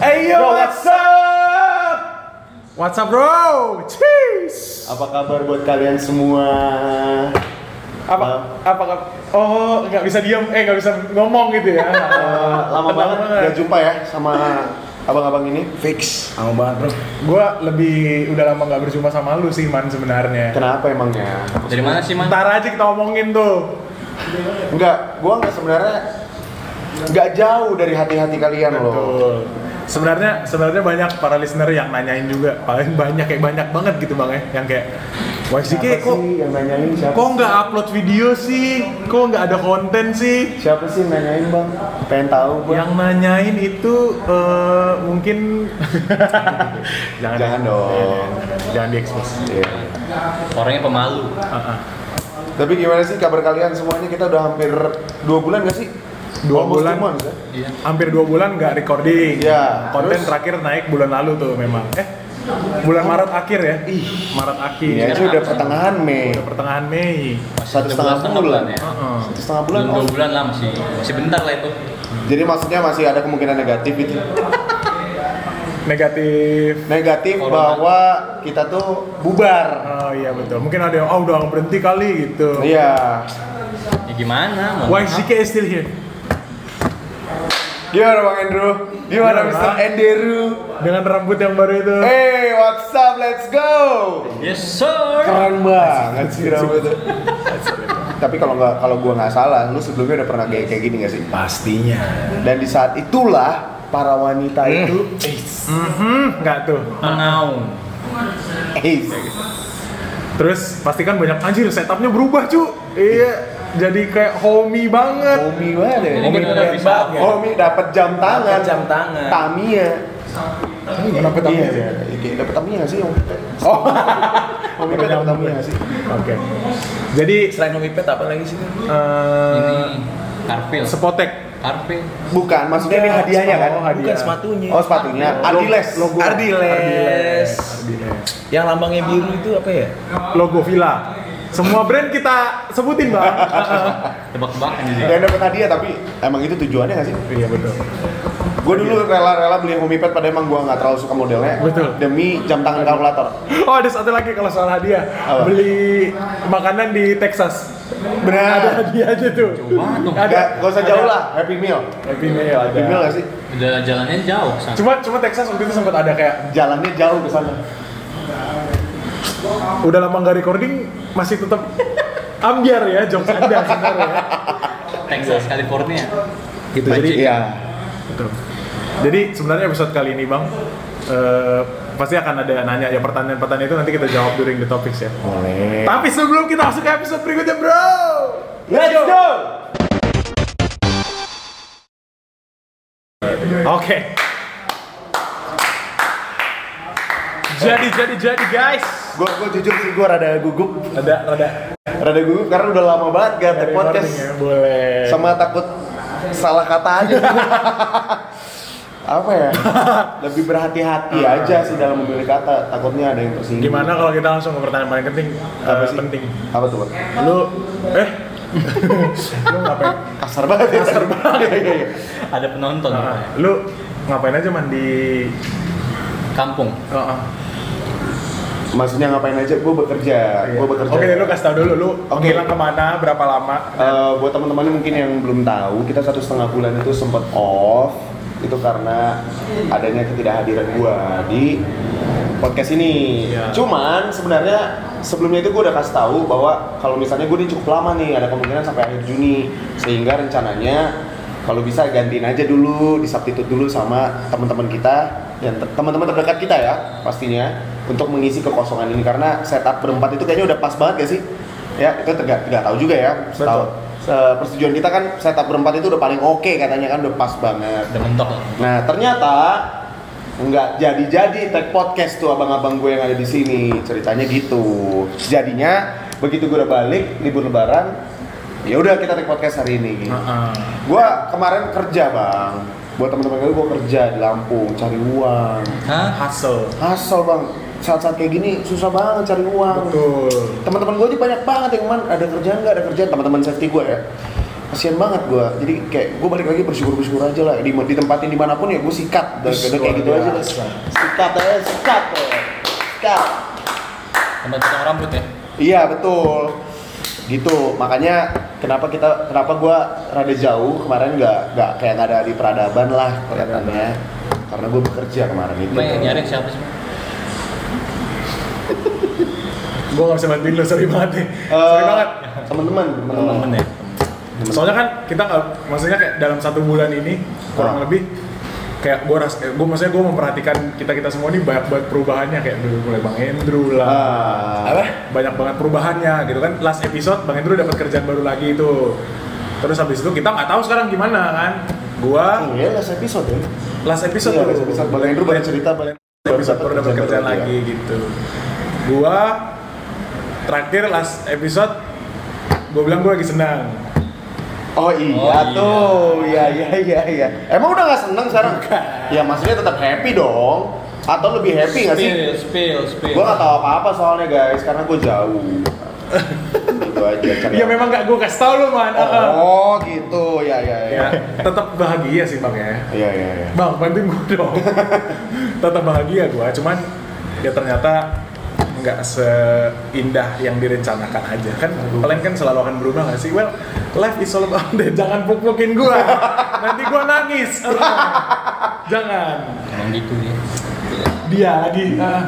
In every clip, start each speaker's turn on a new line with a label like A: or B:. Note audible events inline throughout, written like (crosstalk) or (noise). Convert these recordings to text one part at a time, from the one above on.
A: Hey yo,
B: Yo,
A: what's
B: what's
A: up? What's up bro? Cheers.
B: Apa kabar buat kalian semua?
A: Apa? Apa? kap- Oh, nggak bisa diam, eh nggak bisa ngomong gitu ya?
B: (laughs) Eh, lama
A: Tenang
B: banget
A: banget.
B: nggak jumpa ya sama abang-abang ini. Fix.
A: Lama banget bro. Gua lebih udah lama nggak berjumpa sama lu sih man sebenarnya.
B: Kenapa emangnya?
C: Dari mana sih, Man?
A: Ntar aja kita omongin tuh.
B: Enggak, gua nggak sebenarnya nggak jauh dari hati-hati kalian loh.
A: Betul. Gitu. Sebenarnya sebenarnya banyak para listener yang nanyain juga, paling banyak kayak banyak banget gitu bang ya, yang kayak
B: Siapa
A: Wajike
B: sih
A: kok
B: yang nanyain siapa?
A: kok nggak upload video sih, kok nggak ada konten sih?
B: Siapa sih yang nanyain bang? Pengen tahu bang?
A: Yang nanyain itu eh, mungkin jangan
B: (laughs) Jangan dong.
A: jangan diekspos.
B: Iya.
C: Orangnya pemalu.
A: Ah, ah.
B: Tapi gimana sih kabar kalian semuanya? Kita udah hampir dua bulan gak sih?
A: Dua
B: Almost
A: bulan.
B: two months, ya?
C: Iya.
A: Hampir dua bulan nggak recording.
B: Iya,
A: Konten
B: terus-
A: terakhir naik bulan lalu tuh memang. Eh bulan Maret akhir ya? Ih Maret akhir.
B: Iya, Ini aja udah pertengahan Mei.
A: Iya. Udah pertengahan Mei.
B: Satu setengah bulan.
C: ya.
A: Heeh.
B: Satu setengah bulan.
C: Belum
B: oh.
C: dua bulan lah masih. Masih bentar lah itu.
B: Jadi maksudnya masih ada kemungkinan negatif itu.
A: Negatif.
B: Negatif
C: Corona.
B: bahwa kita tuh bubar.
A: Oh iya betul. Mungkin ada yang oh udah berhenti kali gitu.
B: Iya.
C: Ya gimana, Man?
A: YZK is still here.
B: Gimana Bang Andrew? Gimana
A: Gimana,
B: Mr.
A: Bang?
B: Andrew?
A: Dengan rambut yang baru itu.
B: Hey, what's up? Let's go.
C: Yes, sir.
B: Keren banget sih rambut itu. Tapi kalau nggak kalau gua nggak salah, lu sebelumnya udah pernah kayak kayak gini nggak sih?
A: Pastinya.
B: Dan di saat itulah para wanita itu
A: Hmm.
B: (laughs)
A: Mhm, nggak tuh.
C: Menaung.
B: Eis.
A: Terus pastikan banyak anjir setupnya berubah cu Iya jadi kayak homey banget
B: Homi banget ya.
C: Ini
B: Homi
C: kita udah
B: keren Oh,
C: bisa Oh.
B: banget.
C: upload.
B: Homi dapat jam tangan.
D: Iya. Dapet jam tangan.
B: Tamiya.
A: Kenapa
B: Iya,
A: Tamiya?
B: iya. Dapat Tamiya nggak sih Om? Oh. (laughs) Homi kan dapat Tamiya nggak sih?
A: Oke Jadi
D: Selain Homipet apa lagi sih?
A: eh
C: Ini Karpil.
A: Spotek
C: Karpil.
B: Bukan, maksudnya ini hadiahnya kan?
A: Oh,
D: Bukan
A: hadiah.
D: sepatunya.
B: Oh, sepatunya. Adiles.
A: logo
D: Ardiles.
A: Ardiles. Ardiles.
D: Yang
C: Ah.
D: lambangnya biru itu apa ya?
A: Logo Villa Semua brand kita sebutin bang
C: Tebak-tebakan jadi.
B: Dan dapat hadiah tapi emang itu tujuannya nggak sih?
A: Iya betul
B: Gue dulu rela-rela beli Homipad padahal emang gue nggak terlalu suka modelnya.
A: Betul.
B: Demi jam tangan kalkulator.
A: Oh ada satu lagi kalau soal hadiah
B: Apa?
A: Beli makanan di Texas Ada
B: Benar.
A: hadiah aja tuh
C: Coba dong.
B: Gak,
A: Ada
B: gak usah jauh lah. Happy Meal.
A: Happy Meal ada
B: Happy Meal nggak sih?
C: Udah jalannya jauh sana.
A: Cuma cuma Texas waktu itu sempat ada kayak
B: Jalannya jauh ke sana.
A: udah lama nggak recording masih tetap ambiar ya jokes anda sebenarnya ya.
C: Texas, California.
A: gitu jadi
B: Iya.
A: betul. jadi sebenarnya episode kali ini bang eh, pasti akan ada nanya ya pertanyaan-pertanyaan itu nanti kita jawab during the topics ya
B: Boleh.
A: tapi sebelum kita masuk ke episode berikutnya bro
B: Let's go.
A: oke jadi jadi jadi guys
B: Gue gue jujur sih gue rada gugup,
A: ada ada
B: rada gugup karena udah lama banget gak ada podcast.
A: recording ya, boleh
B: Sama takut salah kata aja. Apa ya? Lebih berhati-hati aja sih dalam memilih kata. Takutnya ada yang tersinggung.
A: Ah. gimana kalau kita langsung ke pertanyaan paling penting
B: Apa
A: Eh,
B: sih?
A: penting
B: Apa tuh? Bang?
A: lu eh (laughs) lu ngapain
B: Kasar banget. ya.
A: Kasar banget.
B: Iya, iya, iya.
C: Ada penonton.
A: Ah, lu ngapain aja mandi
C: Kampung.
B: Maksudnya ngapain aja? Gue bekerja. Gue
A: Iya.
B: bekerja.
A: Oke, deh, lu kasih tau dulu lu
B: Oke.
A: menghilang kemana, berapa lama?
B: Eh, buat teman-teman yang mungkin yang belum tahu, kita satu setengah bulan itu sempat off itu karena adanya ketidakhadiran gua di podcast ini.
A: Iya.
B: Cuman sebenarnya sebelumnya itu gua udah kasih tahu bahwa kalau misalnya gua ini cukup lama nih, ada kemungkinan sampai akhir Juni, sehingga rencananya kalau bisa gantiin aja dulu, disubstitute dulu sama teman-teman kita dan te- teman-teman terdekat kita ya pastinya untuk mengisi kekosongan ini karena setup berempat itu kayaknya udah pas banget gak sih? Ya itu tegak tidak tahu juga ya
A: Betul.
B: Tahu. Se- persetujuan kita kan setup berempat itu udah paling oke katanya kan udah pas banget.
C: Udah mentok lah.
B: Nah ternyata nggak jadi-jadi tag podcast tuh abang-abang gue yang ada di sini ceritanya gitu. Jadinya begitu gue udah balik libur lebaran, ya udah kita tag podcast hari ini. Gue kemarin kerja bang, buat teman-teman gue gue kerja di Lampung cari uang.
C: Hah?
A: Hustle.
B: Hasil bang, saat-saat kayak gini susah banget cari uang
A: Betul.
B: teman-teman gue aja banyak banget yang man ada kerjaan nggak ada kerjaan teman-teman safety gue ya kasihan banget gue jadi kayak gue balik lagi bersyukur bersyukur aja lah di ditempatin dimanapun ya gue sikat dan
D: Wih,
B: dan kayak gitu
D: luar
B: aja lah
D: biasa.
B: sikat aja sikat ya sikat
C: Tempat potong rambut ya.
B: iya betul gitu makanya kenapa kita kenapa gue rada jauh kemarin nggak nggak kayak nggak ada di peradaban lah kelihatannya karena gue bekerja kemarin itu
C: Cuma yang nyari siapa sih?
A: Gue gak bisa bantuin lo, sorry banget nih. sorry
B: Eh,
A: banget.
B: teman-teman teman-teman
C: Temen ya.
A: Soalnya kan kita nggak, maksudnya kayak dalam satu bulan ini kurang
B: Ah.
A: lebih kayak gue ras, gue maksudnya gue memperhatikan kita kita semua ini banyak banget perubahannya kayak dulu mulai bang Andrew lah,
B: Ah.
D: Apa?
A: banyak banget perubahannya gitu kan. Last episode bang Andrew dapat kerjaan baru lagi itu. Terus habis itu kita nggak tahu sekarang gimana kan. Gua
B: Iya, last episode ya.
A: last episode
B: Iya,
A: tuh.
B: last episode. Bang Andrew banyak cerita, Bang Andrew
A: Last episode baru dapat kerjaan
B: baru, ya.
A: lagi gitu gua terakhir last episode gua bilang gua lagi senang
B: Oh iya
C: Oh, iya.
B: tuh, iya iya iya iya. Emang udah nggak seneng sekarang? Ya maksudnya tetap happy dong. Atau lebih happy nggak sih?
C: Spill, spill, spill.
B: Gue nggak tahu apa-apa soalnya guys, karena gue jauh.
A: (laughs)
B: gitu aja. cara-
A: ya memang gak gua kasih tau lu man Heeh.
B: Oh gitu, ya ya ya.
A: ya tetap bahagia sih bang ya
B: Iya iya iya.
A: bang bantuin gua dong tetap bahagia gua cuman ya ternyata nggak seindah yang direncanakan aja kan kalian kan selalu akan berubah nggak sih well life is all about that. jangan puk-pukin gua nanti gua nangis jangan
C: Emang gitu ya.
A: dia lagi ah.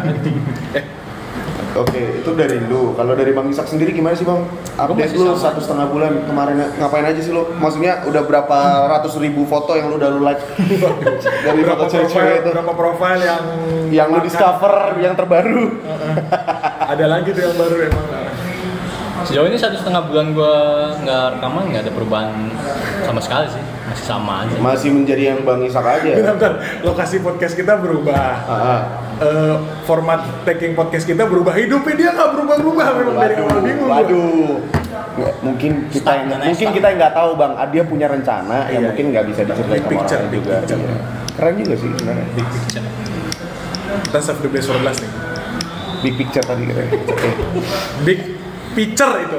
B: Oke, itu dari lu. Kalau dari Bang Isak sendiri gimana sih Bang? Update
C: masih
B: lu
C: sama.
B: satu setengah bulan kemarin ngapain aja sih lu? Maksudnya udah berapa ratus ribu foto yang lu udah lu
A: (laughs)
B: like dari
A: berapa
B: foto
A: profil
B: cewek-cewek itu?
A: berapa profil yang
B: Yang lu
A: makan.
B: discover yang terbaru?
A: ada lagi tuh yang baru emang
C: Sejauh ini satu setengah bulan gua nggak rekaman, nggak ada perubahan sama sekali sih. Masih sama aja.
B: masih menjadi yang Bang Isak
A: bentar,
B: aja.
A: bentar. lokasi podcast kita berubah
B: Ah,
A: Eh, format taking podcast kita berubah hidupnya dia nggak berubah-berubah memang dari awal bingung gua.
B: waduh. Nggak, Mungkin kita yang
C: Stuck,
B: mungkin
C: stuck.
B: kita yang nggak tahu Bang, Ah, dia punya rencana yang
A: Iya,
B: mungkin nggak bisa diceritain
A: Big
B: sama
A: picture,
B: orang
A: big
B: juga.
A: picture.
B: Iya. Keren juga sih sebenarnya.
A: Big picture. kita save the best for last nih
B: Big picture tadi keren. Eh,
A: big picture itu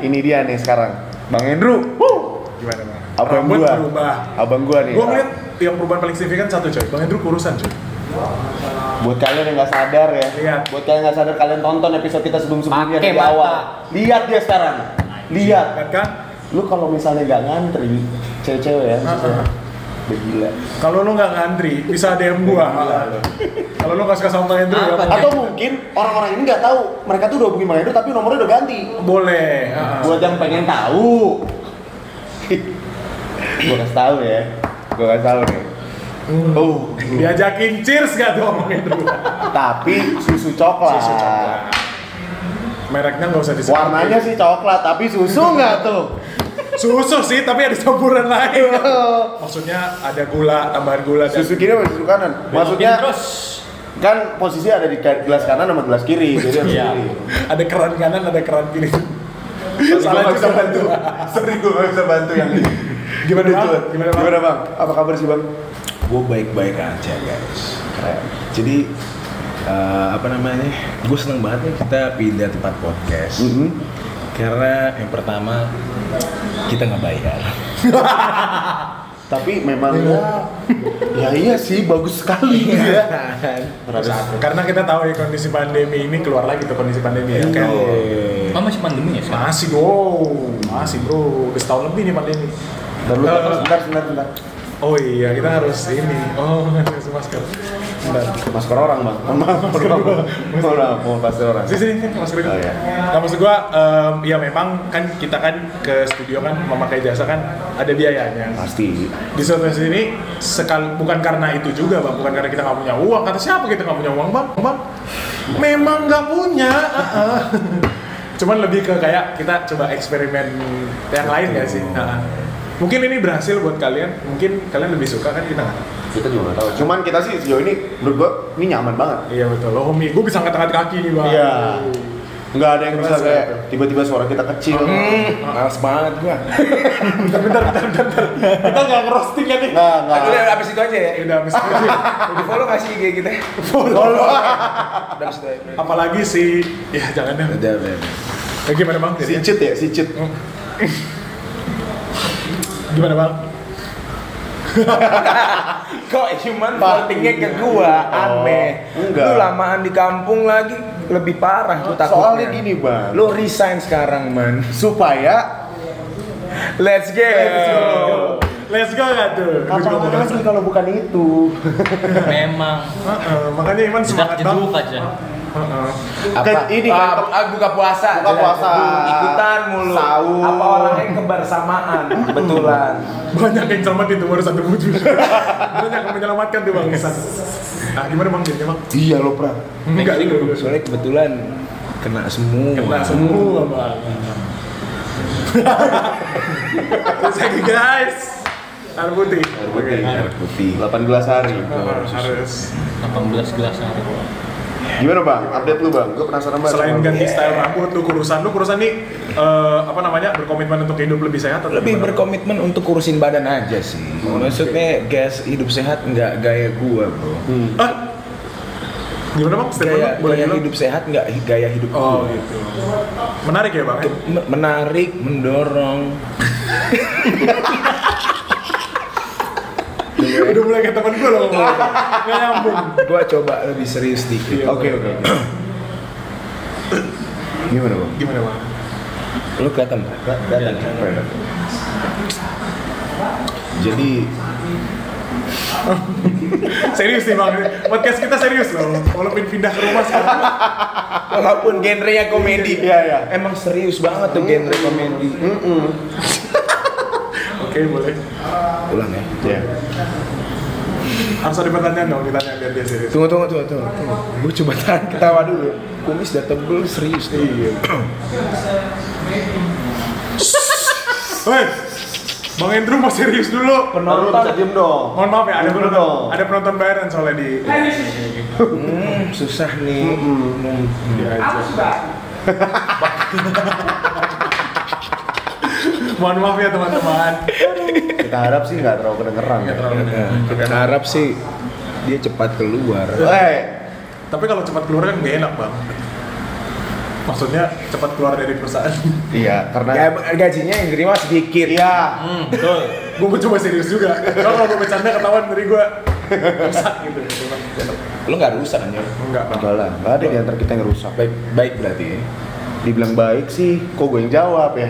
B: ini dia nih sekarang. Bang Andrew. Wuh.
A: gimana bang
B: Abang
A: rambut
B: gua.
A: berubah
B: Abang gua nih.
A: gua ngeliat yang perubahan paling signifikan satu coy bang Andrew kurusan coy
B: Buat kalian yang nggak sadar ya.
A: Lihat.
B: Buat kalian yang nggak sadar kalian tonton episode kita sebelum-sebelumnya
C: Pakai
B: dari
C: mata.
B: awal. Lihat dia sekarang. Lihat.
A: Lihat kan
B: Lu kalau misalnya nggak ngantri, cewek-cewek ya.
A: Ah, ah.
B: Udah gila.
A: kalau lu nggak ngantri bisa DM gua
B: Iya.
A: kalau lu nggak suka sama Bang Andrew
C: Apa
A: ya,
B: Atau mungkin orang-orang ini nggak tahu mereka tuh udah hubungin Bang Edo tapi nomornya udah ganti.
A: boleh ah.
B: Buat yang pengen (laughs) tahu, gue kasih tahu ya, gue kasih tahu nih.
A: Hmm.
B: Oh,
A: Diajakin cheers gak tuh Bang Andrew?
B: Ah. tapi susu coklat.
A: Susu coklat. Mereknya nggak usah disebut.
B: Warnanya sih coklat tapi susu nggak
E: (laughs)
B: tuh.
A: susu sih, tapi ada campuran lain.
B: (laughs)
A: Maksudnya ada gula, tambahan gula dan
B: susu kiri sama susu kanan. Maksudnya
C: Belokin terus.
B: kan posisi ada di ka- gelas kanan sama gelas kiri, jadi harus
C: Iya.
B: kiri.
A: ada keran kanan, ada keran kiri.
B: Sorry,
A: Salah
B: gua nggak bisa
A: juga.
B: bantu. Sorry gue gak bisa bantu yang ini.
A: Gimana, Bang?
B: Jul?
A: Gimana,
B: Gimana,
A: Bang?
B: bang? Apa kabar sih bang?
E: gue baik-baik aja guys Keren. jadi eh, apa namanya gue seneng banget nih kita pindah tempat podcast
B: Mhm.
E: karena yang pertama kita nggak bayar
B: Tapi memang
E: Iya.
B: ya, ya iya sih bagus sekali
E: (laughs)
B: ya.
A: Karena kita tahu ya kondisi pandemi ini keluar lagi tuh kondisi pandemi
B: Iya.
A: ya kan.
E: Oke.
C: Oh, masih pandemi ya sekarang?
A: Masih dong, masih bro, udah setahun lebih nih pandemi.
B: Bentar, lu, bentar, bentar, bentar, bentar.
A: Oh iya, kita harus ini. Oh, (laughs) harus masker. Bentar.
B: Masker orang bang. Mohon maaf, mohon maaf. Mohon maaf, mohon masker orang.
A: Sini sini sini, Mas Rin.
B: Oh, iya.
A: Nah, maksud gua em, ya memang kan kita kan ke studio kan memakai jasa kan ada
B: Oh,
A: biayanya.
B: Pasti.
A: Di suatu sisi ini sekal bukan karena itu juga bang, bukan karena kita nggak punya uang. Kata siapa kita nggak punya uang bang? Bang, memang nggak punya. ah, ah. (laughs) Cuman lebih ke kayak kita coba eksperimen yang lain ya sih. Ah, ah. Mungkin ini berhasil buat kalian, mungkin kalian lebih suka kan kita nggak tahu.
B: Kita juga nggak tahu. Cuman kita sih sejauh ini menurut gua ini nyaman banget.
A: Iya betul, loh homie, gue bisa ngangkat-ngangkat kaki nih bang.
B: Iya. Nggak ada yang bisa
A: Keras,
B: kayak
A: keras.
B: tiba-tiba suara kita kecil.
E: males banget gue
A: Kita nggak ngerosting ya nih.
B: Nggak, nggak.
D: Udah abis itu aja (laughs) ya.
A: Ya Udah
B: (laughs)
A: habis itu.
D: Udah follow nggak sih IG kita?
B: Follow.
D: Udah abis itu aja.
A: apalagi si ya Eh, jangan deh
E: udah udah
A: Ya, gimana bang
B: Si cheat ya, si cheat.
A: Gimana bang?
D: Kok human votingnya ke gua aneh.
B: enggak.
D: Lu lamaan di kampung lagi lebih parah tuh takutnya.
B: Soalnya gini, Bang.
D: Lu resign sekarang, man.
B: supaya
D: Let's go.
A: Let's go gak tuh? Gua juga
B: Oh. apa
A: mau
B: lagi
A: ngasih.
B: kalau bukan itu
C: Memang
A: Heeh, Makanya Iman
C: jedak
A: semangat
C: jeduk
A: banget.
C: aja.
A: Heeh.
B: Kan
D: Apa?
B: ini kan
D: Ah, ah, buka puasa.
B: Buka
D: Jalan
B: puasa.
D: gedung, Ikutan mulu.
B: Sahur.
D: Apa orangnya kebersamaan. Kebetulan.
A: Banyak yang cermat itu baru satu (laughs) wujud. Banyak yang menyelamatkan tuh bang. Nah gimana bang? Gimana bang?
B: iya lo pra
A: Enggak dulu.
E: Soalnya kebetulan kena semua.
A: Kena Nah, semua (laughs) bang. Terus lagi guys. Air putih.
E: Air putih.
B: 18 hari
A: Nah, Harus.
C: 18 gelas nanti.
B: Hmm, gimana bang update lu bang gue penasaran banget
A: Selain
B: sama lu.
A: ganti style rambut, lu kurusan, lu kurusan nih eh, apa namanya berkomitmen untuk hidup lebih sehat atau
E: Lebih
A: gimana?
E: berkomitmen untuk urusin badan aja sih. Maksudnya gas hidup sehat nggak gaya gua bro.
A: Ah? Gimana bang? Statement
E: Gaya,
A: lu? boleh
E: gaya
A: bilang?
E: hidup sehat nggak gaya hidup
A: Oh
E: gua.
A: gitu. Menarik ya bang? ya?
E: Me- Menarik, mendorong.
A: Udah mulai kayak temen gue loh
E: (laughs)
A: ngomong. Nggak nyambung.
E: Gua coba lebih serius dikit.
B: oke oke oke. gimana bang
A: Gimana bang?
E: Lu kelihatan nggak?
B: Ga- datang Keren.
E: Jadi
A: Serius nih bang, podcast kita serius loh. Walaupun pindah ke rumah sekarang.
D: Walaupun genrenya komedi.
B: Iya, iya.
D: Emang serius banget tuh genre komedi.
E: Hmm.
A: Oke boleh.
E: ulang ya.
B: ya
A: Harus ada pertanyaan dong ditanya biar dia serius.
E: Tunggu tunggu tunggu tunggu. tunggu. Gua coba tahan ketawa dulu. Kumis udah tebel serius nih. Iya.
A: Woi, bang Andrew mau serius dulu.
B: Ntar lu bisa diem dong
A: Mohon maaf ya, ada
B: Diem
A: penonton,
B: dong.
A: ada penonton bayaran soalnya di.
E: Hmm, susah nih. Hmm.
B: Iya,
A: Mohon maaf ya teman-teman.
B: kita harap sih nggak terlalu kedengeran ya
E: Nah, kita harap sih dia cepat keluar.
B: Weh,
A: Tapi kalau cepat keluar kan gak enak bang. Maksudnya cepat keluar dari perusahaan. (laughs)
B: iya karena
D: Gaj- Gajinya yang diterima sedikit.
B: iya
C: Hmm, betul.
A: gue mau coba serius juga. Kalau gue bercanda ketahuan dari gue rusak gitu.
E: Lu nggak rusak anjir.
A: Enggak bang.
B: enggak lah nggak ada di antara kita yang rusak
E: Baik baik berarti ya.
B: dibilang baik sih kok gue yang jawab ya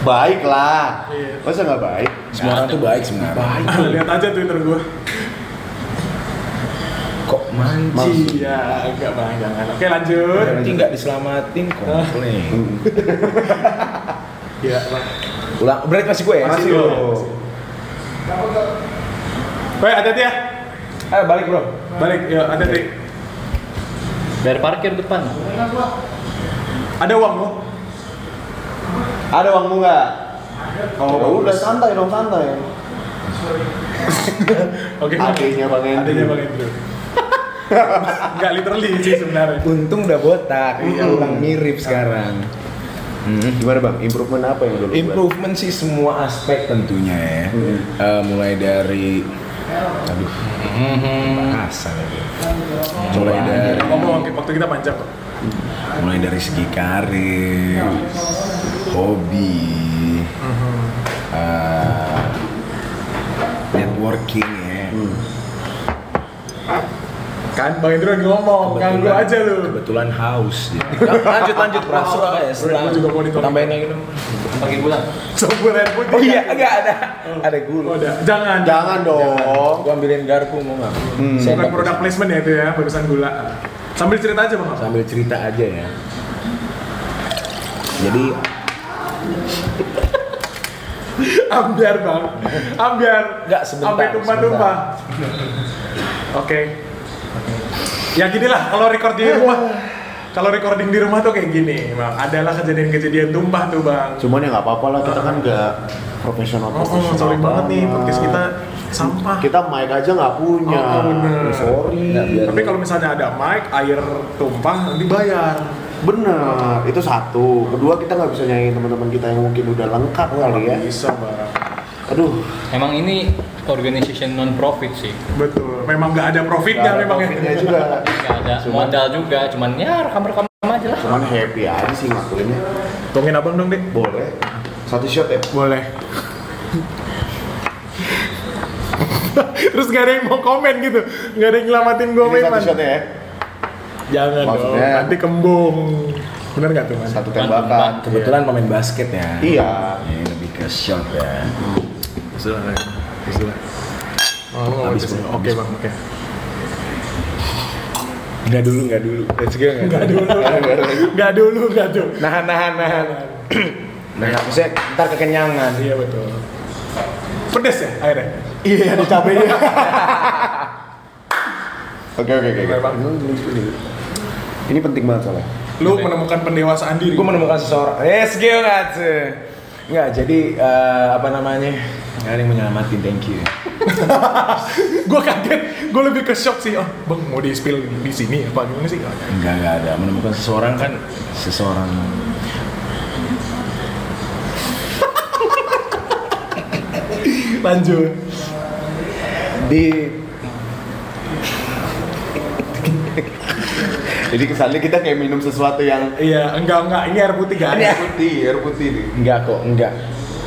B: baik lah
A: Iya.
B: masa nggak baik
E: Semua orang tuh baik sebenarnya.
B: baik
A: Lihat aja Twitter gue.
E: Kok manji?
B: Maksud-
A: Iya, enggak bang, jangan. Oke lanjut.
E: Berarti nggak diselamatin komplain.
A: Iya bang.
E: Ulang berarti masih gue ya.
B: masih
A: lo.
B: lo
A: Woi, hati-hati ya.
D: Eh balik bro.
A: Balik, ya hati-hati.
C: Bayar parkir depan.
A: Ada uang lo?
B: ada uangmu nggak oh, udah santai dong santai
A: Oke.
B: Adanya Bang Andrew.
A: Adanya
D: (laughs)
A: Bang Andrew. Enggak literally sih sebenarnya.
E: Untung udah botak, ulang mirip sekarang.
B: Gimana bang, improvement apa yang dulu?
E: Improvement sih semua aspek tentunya ya. Eh, mulai dari aduh, bahasa lagi. Mulai dari
A: Ngomong oke, waktu kita panjang kok.
E: mulai dari segi karir, hobi, eh, networking ya.
A: Kan Bang Andrew lagi ngomong, ganggu aja lu.
E: Kebetulan haus. jadi.
C: (laughs)
E: lanjut lanjut langsung apa ya?
A: Gua juga mau
D: (laughs)
A: ditolong.
E: Tambahin lagi dong.
C: Pagi bulan.
A: Sobel air putih.
D: Oh iya, enggak ada. Ada
A: Oh,
D: gula.
A: udah. Jangan.
B: Jangan dong.
E: Gua ambilin garpu mau nggak?
A: Bukan
E: Sendok.
A: produk placement ya itu ya, barusan gula. Sambil cerita aja Bang.
E: sambil cerita aja ya. Jadi
A: Ambiar Bang. Ambiar.
E: Enggak, sebentar,
A: Sampai tumpah-tumpah. Oke. Ya gini lah kalau record di rumah. Kalau recording di rumah tuh kayak gini, Bang. Adalah kejadian-kejadian tumpah tuh, Bang.
B: Cuman ya nggak apa-apa lah, kita kan nggak profesional
A: Oh, oh sorry banget nih podcast kita sampah.
B: Kita mic aja nggak punya.
A: Oh, bener.
B: Sorry.
E: Nggak biar-
A: Tapi kalau misalnya ada mic, air tumpah nanti bayar.
B: Bener, itu satu. Kedua kita nggak bisa nyanyiin teman-teman kita yang mungkin udah lengkap kali ya.
A: Bisa, Bang.
B: Aduh,
C: Emang ini organization non profit sih.
A: Betul. Memang nggak ada profitnya
B: nggak ada
A: memang ya.
B: profitnya juga.
C: Gak ada
B: Cuman-
C: modal juga, cuman ya rekam-rekam aja lah.
B: Cuman happy aja sih ngelakuinnya.
A: Tungguin abang dong, Dek.
B: Boleh. Satu shot ya.
A: Boleh. Terus gak ada yang mau komen gitu, gak ada yang nyelamatin gue
B: Ini
A: memang.
B: satu shotnya ya.
A: Jangan dong,
B: Maksudnya-
A: nanti kembung. Bener gak tuh man?
B: Satu tembakan.
E: Kebetulan pemain basket ya.
B: Iya.
E: Ya, lebih ke shot ya.
A: Sudah, sudah. Oh, lu nggak mau
E: Habis,
A: disini.
E: Bang.
A: Oke bang, oke.
E: Enggak dulu, enggak dulu.
A: Let's go nggak dulu, nggak dulu, nggak dulu.
D: Nahan, nahan, nahan.
E: Nah,
D: Maksudnya ntar kekenyangan.
A: Iya betul. Pedes ya airnya.
B: Iya, ada cabenya. Oke oke oke.
A: Bener, Bang.
B: Ini penting banget soalnya.
A: Lu menemukan pendewasaan diri.
D: Gue menemukan seseorang. Yes, gue nggak tuh. Nggak, jadi eh, apa namanya?
E: enggak ada yang menyelamatin, thank you.
A: Gue kaget, gue lebih ke shock sih. Oh, bang mau di spill di sini apa gimana sih?
E: Enggak, enggak ada. Menemukan seseorang kan seseorang
A: Lanjut.
D: Di
B: Jadi kesannya kita kayak minum sesuatu yang
A: Iya, enggak enggak. Ini air putih kan?
B: air putih, air putih nih.
D: Enggak kok, enggak.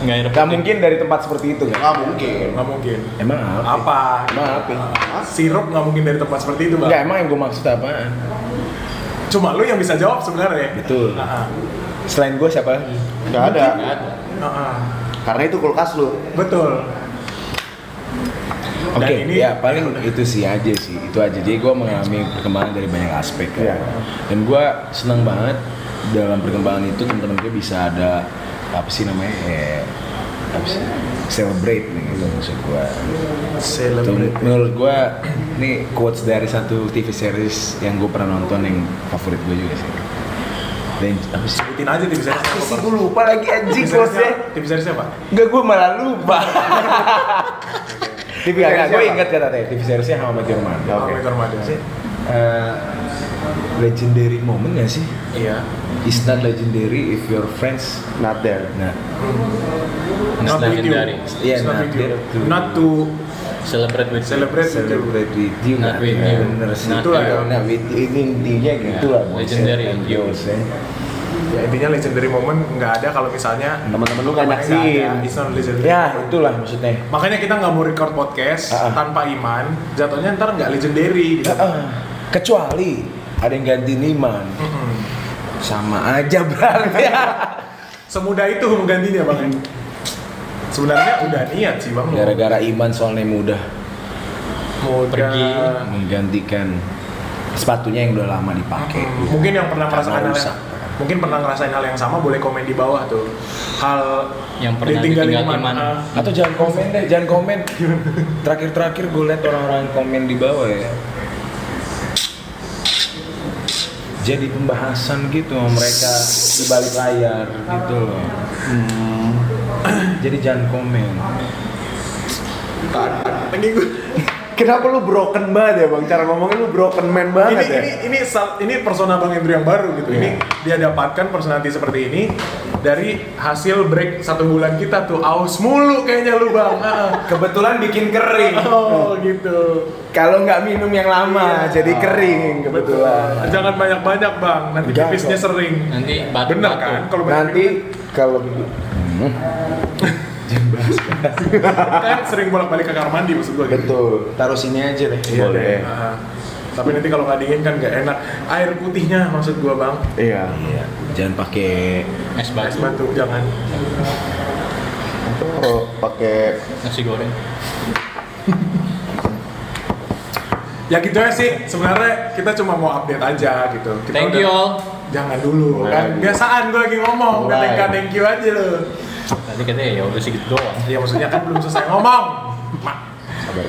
C: Nggak ada
D: Nggak mungkin dari tempat seperti itu nggak?
B: Nggak mungkin.
A: Nggak mungkin.
E: emang apa?
A: Apa? Eh,
D: Maaf ya.
A: Sirup nggak mungkin dari tempat seperti itu
D: Enggak,
A: bang.
D: emang yang gue maksud apaan?
A: Cuma lu yang bisa jawab sebenarnya.
E: Betul.
A: Ah, ah.
D: Selain gue siapa lagi?
B: Nggak ada.
A: Ah, ah.
B: Karena itu kulkas lu.
A: Betul.
E: Oke,
A: Dan ini-
E: ya paling itu sih aja sih, itu aja. Jadi gue mengalami perkembangan dari banyak aspek
B: Iya.
E: kan. Dan gue senang banget dalam perkembangan itu teman-teman gue bisa ada apa sih namanya? Eh, apa sih? Celebrate nih gitu maksud gue.
A: Celebrate.
E: Menurut gue, ini quotes dari satu TV series yang gue pernah nonton yang favorit gue juga sih. Dan apa sih?
A: Sebutin aja tim series apa,
D: Sih
A: Bang?
D: gue lupa lagi anjing
A: Tim
D: bosnya.
A: seriesnya- Tim series apa?
D: Enggak, gue malah lupa. TV
E: Enggak,
D: seriesnya
E: gue
D: apa?
E: ingat kata tadi TV seriesnya How I Met Your Mother.
A: Oke.
E: Sih, eh, legendary moment gak sih?
A: Iya.
E: It's not legendary if your friends
B: Not there.
E: Nah,
A: Not
C: Not
A: with you.
C: legendary.
E: Iya,
A: It's not
E: nah,
A: with you.
E: dia tuh-
A: Not to
C: Celebrate with
A: celebrate with you.
E: celebrate with you
C: Not
E: kan?
C: with
E: Ya,
C: you.
E: bener sih.
C: Not
A: Itulah
E: Iya,
A: ya.
E: nah, with you. itu intinya gitu lah boys
C: legendary
E: and
C: with you.
E: girls, ya.
A: Ya intinya legendary moment nggak ada kalau misalnya
B: Teman-teman lu nggak
A: Makanya nggak
B: nyaksiin.
A: ada. It's not legendary.
D: Ya, itulah maksudnya.
A: Makanya kita nggak mau record podcast
E: Ah, ah.
A: tanpa Iman. Jatuhnya ntar nggak legendary. Gitu.
E: Heeh. kecuali ada yang ganti Niman
A: Mm-mm.
E: sama aja berarti
A: Semudah itu menggantinya bang. Sebenarnya udah niat sih bang.
E: gara-gara Iman soalnya mudah
A: mau
C: pergi.
E: menggantikan sepatunya yang udah lama dipakai
A: Mungkin yang pernah
E: Karena
A: merasakan hal
E: rusak.
A: yang, mungkin pernah ngerasain hal yang sama boleh komen di bawah tuh. Hal
C: Yang pernah
A: ditinggalin
C: ditinggal Iman.
A: Ah,
E: atau jangan komen deh jangan komen terakhir-terakhir gue liat orang-orang komen di bawah ya jadi pembahasan gitu sama mereka di balik layar gitu loh Hmm. jadi jangan komen
A: Ini gue
B: Kenapa lu broken banget ya bang? Cara ngomongnya lu broken
A: ini,
B: man banget ya.
A: ini ini sal- ini persona Bang Andrew yang baru gitu. Ini
C: Iya.
A: dia dapatkan personality seperti ini dari hasil break satu bulan kita tuh aus mulu kayaknya lu
D: (laughs)
A: Bang. Ah.
D: Kebetulan bikin kering.
A: Oh gitu.
D: Kalau nggak minum yang lama,
B: Iya.
D: jadi kering kebetulan.
A: Jangan banyak-banyak Bang, nanti
D: Enggak,
A: pipisnya sering.
C: Nah. Nanti batu
A: Bener kan? Kalau banyak
D: Nanti kalau
A: pipisnya, kan sering bolak-balik ke kamar mandi maksud gua gitu.
D: betul, taruh sini aja deh.
A: Iya,
B: Boleh.
A: ah. tapi nanti kalau nggak dingin kan nggak enak. Air putihnya maksud gua Bang.
B: Iya.
E: Iya, jangan pakai
A: Es
C: Es batu,
A: batu jangan.
B: Oh, pakai
C: nasi goreng.
A: Ya gitu ya sih. Sebenarnya kita cuma mau update aja gitu. Kita
C: Thank
A: udah-
C: you all.
A: Jangan dulu
B: Mulai
A: kan.
B: lagi.
A: Biasaan gue lagi ngomong,
B: Mulai.
A: katanya nggak thank you aja lu.
C: Tadi katanya ya udah segitu doang.
A: Ya maksudnya kan belum selesai ngomong. Mak.
B: sabar.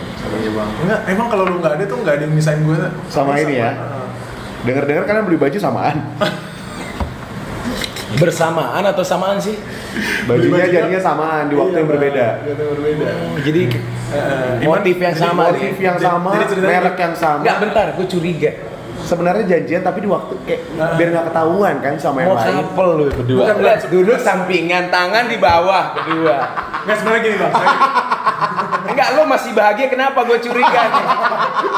A: Enggak, emang kalau lu nggak ada tuh nggak ada yang misain gue
B: Sama ini ya. Dengar-dengar kalian beli baju samaan.
E: bersamaan atau samaan sih
A: Beli
B: Bajunya
A: bajunya-
B: jadinya samaan di waktu yang berbeda.
A: Iya, Waktu yang berbeda.
E: jadi
A: Eh, Iman,
E: motif yang
A: jadi
E: sama
A: motif
E: nih.
B: Motif yang
A: Jadi-
B: sama,
A: jadi ceritanya-
B: merek yang sama.
E: nggak bentar gue curiga
B: Sebenarnya janjian tapi di waktu kayak
A: Nah.
B: biar nggak ketahuan kan sama yang
E: mau
B: lain.
E: couple lu berdua
A: Bukan, bukan.
D: Lihat, duduk sampingan, tangan di bawah berdua.
A: Nggak sebenarnya gini bang. saya-
D: Enggak, lo masih bahagia kenapa? Gue curiga nih.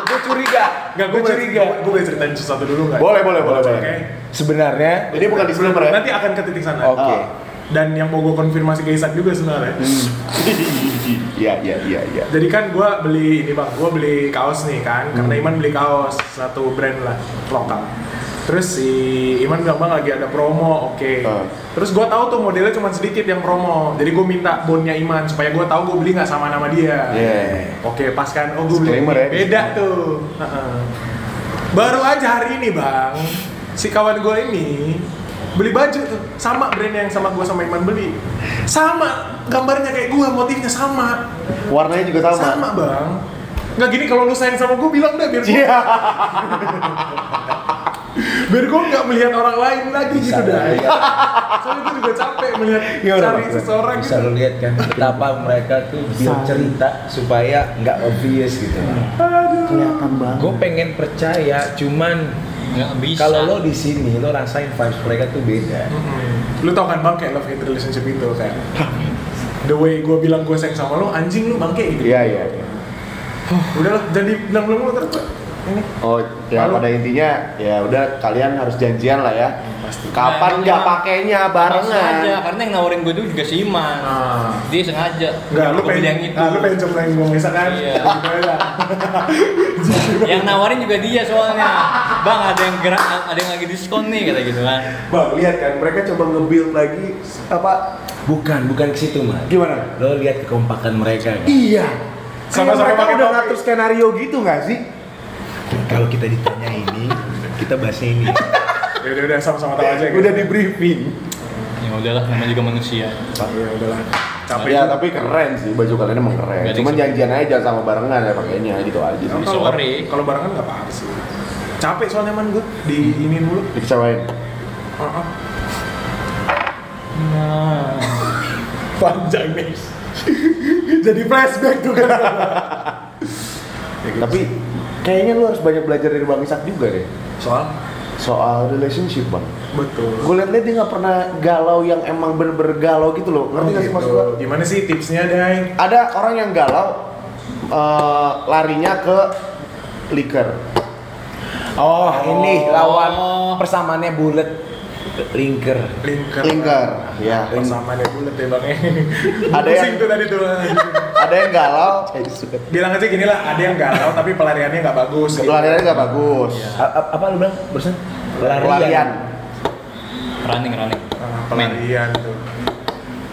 D: Gue curiga.
A: Nggak, gue
D: Gua
A: curiga. Gue boleh ceritain sesuatu dulu nggak?
B: Boleh, boleh, boleh, boleh.
A: Oke.
D: Sebenarnya
B: Jadi bukan disclaimer ya.
A: Nanti akan ke titik sana.
D: Oke.
B: Ah.
A: dan yang mau gue konfirmasi ke Isak juga sebenarnya
B: Iya, iya, iya, iya.
A: jadi kan gue beli ini bang gue beli kaos nih kan
B: Hmm.
A: karena Iman beli kaos satu brand lah lokal terus si Iman bilang bang lagi ada promo oke
B: Ah.
A: terus gue tahu tuh modelnya cuma sedikit yang promo jadi gue minta bonnya Iman supaya gue tahu gue beli nggak sama nama dia
B: Iya.
A: Oke, pas kan. Oh, gue beli.
B: Disclaimer ya,
A: Beda tuh. Heeh. Baru aja hari ini, Bang. Si kawan gue ini beli baju tuh sama brand yang sama gue sama Iman beli. Sama gambarnya kayak gue, motifnya sama.
B: Warnanya juga
A: Sama,
B: sama.
A: Bang. Nggak gini kalau lu sayang sama gue bilang deh biar gue
B: Iya.
A: (laughs) biar gue nggak melihat orang lain lagi gitu
E: Bisa,
A: dah.
E: iya.
A: Soalnya gue juga capek melihat cari seseorang
E: bisa
A: gitu.
E: lo lihat kan betapa mereka tuh dia cerita supaya nggak obvious gitu
B: Kelihatan banget.
E: gue pengen percaya cuman
C: nggak bisa
E: kalau lo di sini lo rasain vibes mereka tuh beda
A: Mm-mm. Lu tau kan bang kayak love hate relationship itu kayak the way gue bilang gue sayang sama lu anjing lu bangke gitu.
B: Iya, iya. iya.
A: udahlah jadi bilang belum terus ini
B: Oh, ya
A: Lalu-
B: pada intinya ya udah kalian harus janjian lah ya.
C: Nah,
B: Kapan nggak
C: iya.
B: pakainya
C: Pas aja,
B: barengan?
C: karena yang nawarin gue itu juga si Iman
A: Ah.
C: dia sengaja
A: Enggak, lu
C: Gua gitu.
A: pengen
C: beli
A: yang
C: yang itu
A: lu pengen coba yang gue bisa kan?
C: Iya.
A: Gitu aja.
C: yang nawarin juga dia soalnya bang ada yang gerak ada yang lagi diskon nih kata gitu kan
B: Bang, lihat kan mereka coba nge-build lagi apa
E: bukan bukan ke situ mah
B: gimana?
E: lo lihat kekompakan mereka kan?
B: Iya.
A: Sama-sama
B: Kayak mereka
A: pakai
B: udah
A: topi.
B: ngatur skenario gitu nggak sih?
E: kalau kita ditanya ini kita bahasnya ini
A: Ya udah udah sama-sama tahu aja. gitu.
B: Udah di briefing.
C: ya udahlah namanya juga manusia
A: Ya udahlah. Capek.
B: Iya, tapi keren sih baju kalian emang keren.
C: Gading
B: Cuman
C: sih.
B: janjian aja jangan sama barengan ya pakainya gitu aja.
A: Tapi
B: sih.
A: kalau
C: sorry.
A: kalau barengan nggak apa-apa sih. Capek soalnya man gue di ini mulu.
B: Dikecewain.
A: Heeh.
C: nah
A: Panjang nih. (laughs) Jadi flashback tuh kan. Ya gitu.
B: Tapi kayaknya lu harus banyak belajar dari Bang Isak juga deh
A: soal
B: soal relationship bang.
A: betul.
B: Gue liat-liat dia nggak pernah galau yang emang bener-bener galau gitu loh. Ngerti nggak sih maksud gua?
A: Gitu. Gimana sih tipsnya, Day?
B: Ada orang yang galau eh, larinya ke liker.
E: oh ini lawan
C: Oh.
E: persamaannya bulat linker
A: Lingkar.
B: Lingkar, ya.
A: Sama deh bulat ya bang.
B: (laughs) Ada
A: Ada
B: yang-
A: yang tuh tadi tuh.
B: Ada yang galau,
A: Bilang aja gini lah, ada yang galau tapi pelariannya nggak bagus. gitu.
B: lariannya nggak bagus.
E: A- a- apa lu bilang barusan
B: Pelarian.
C: running running
A: Ah, pelarian tuh.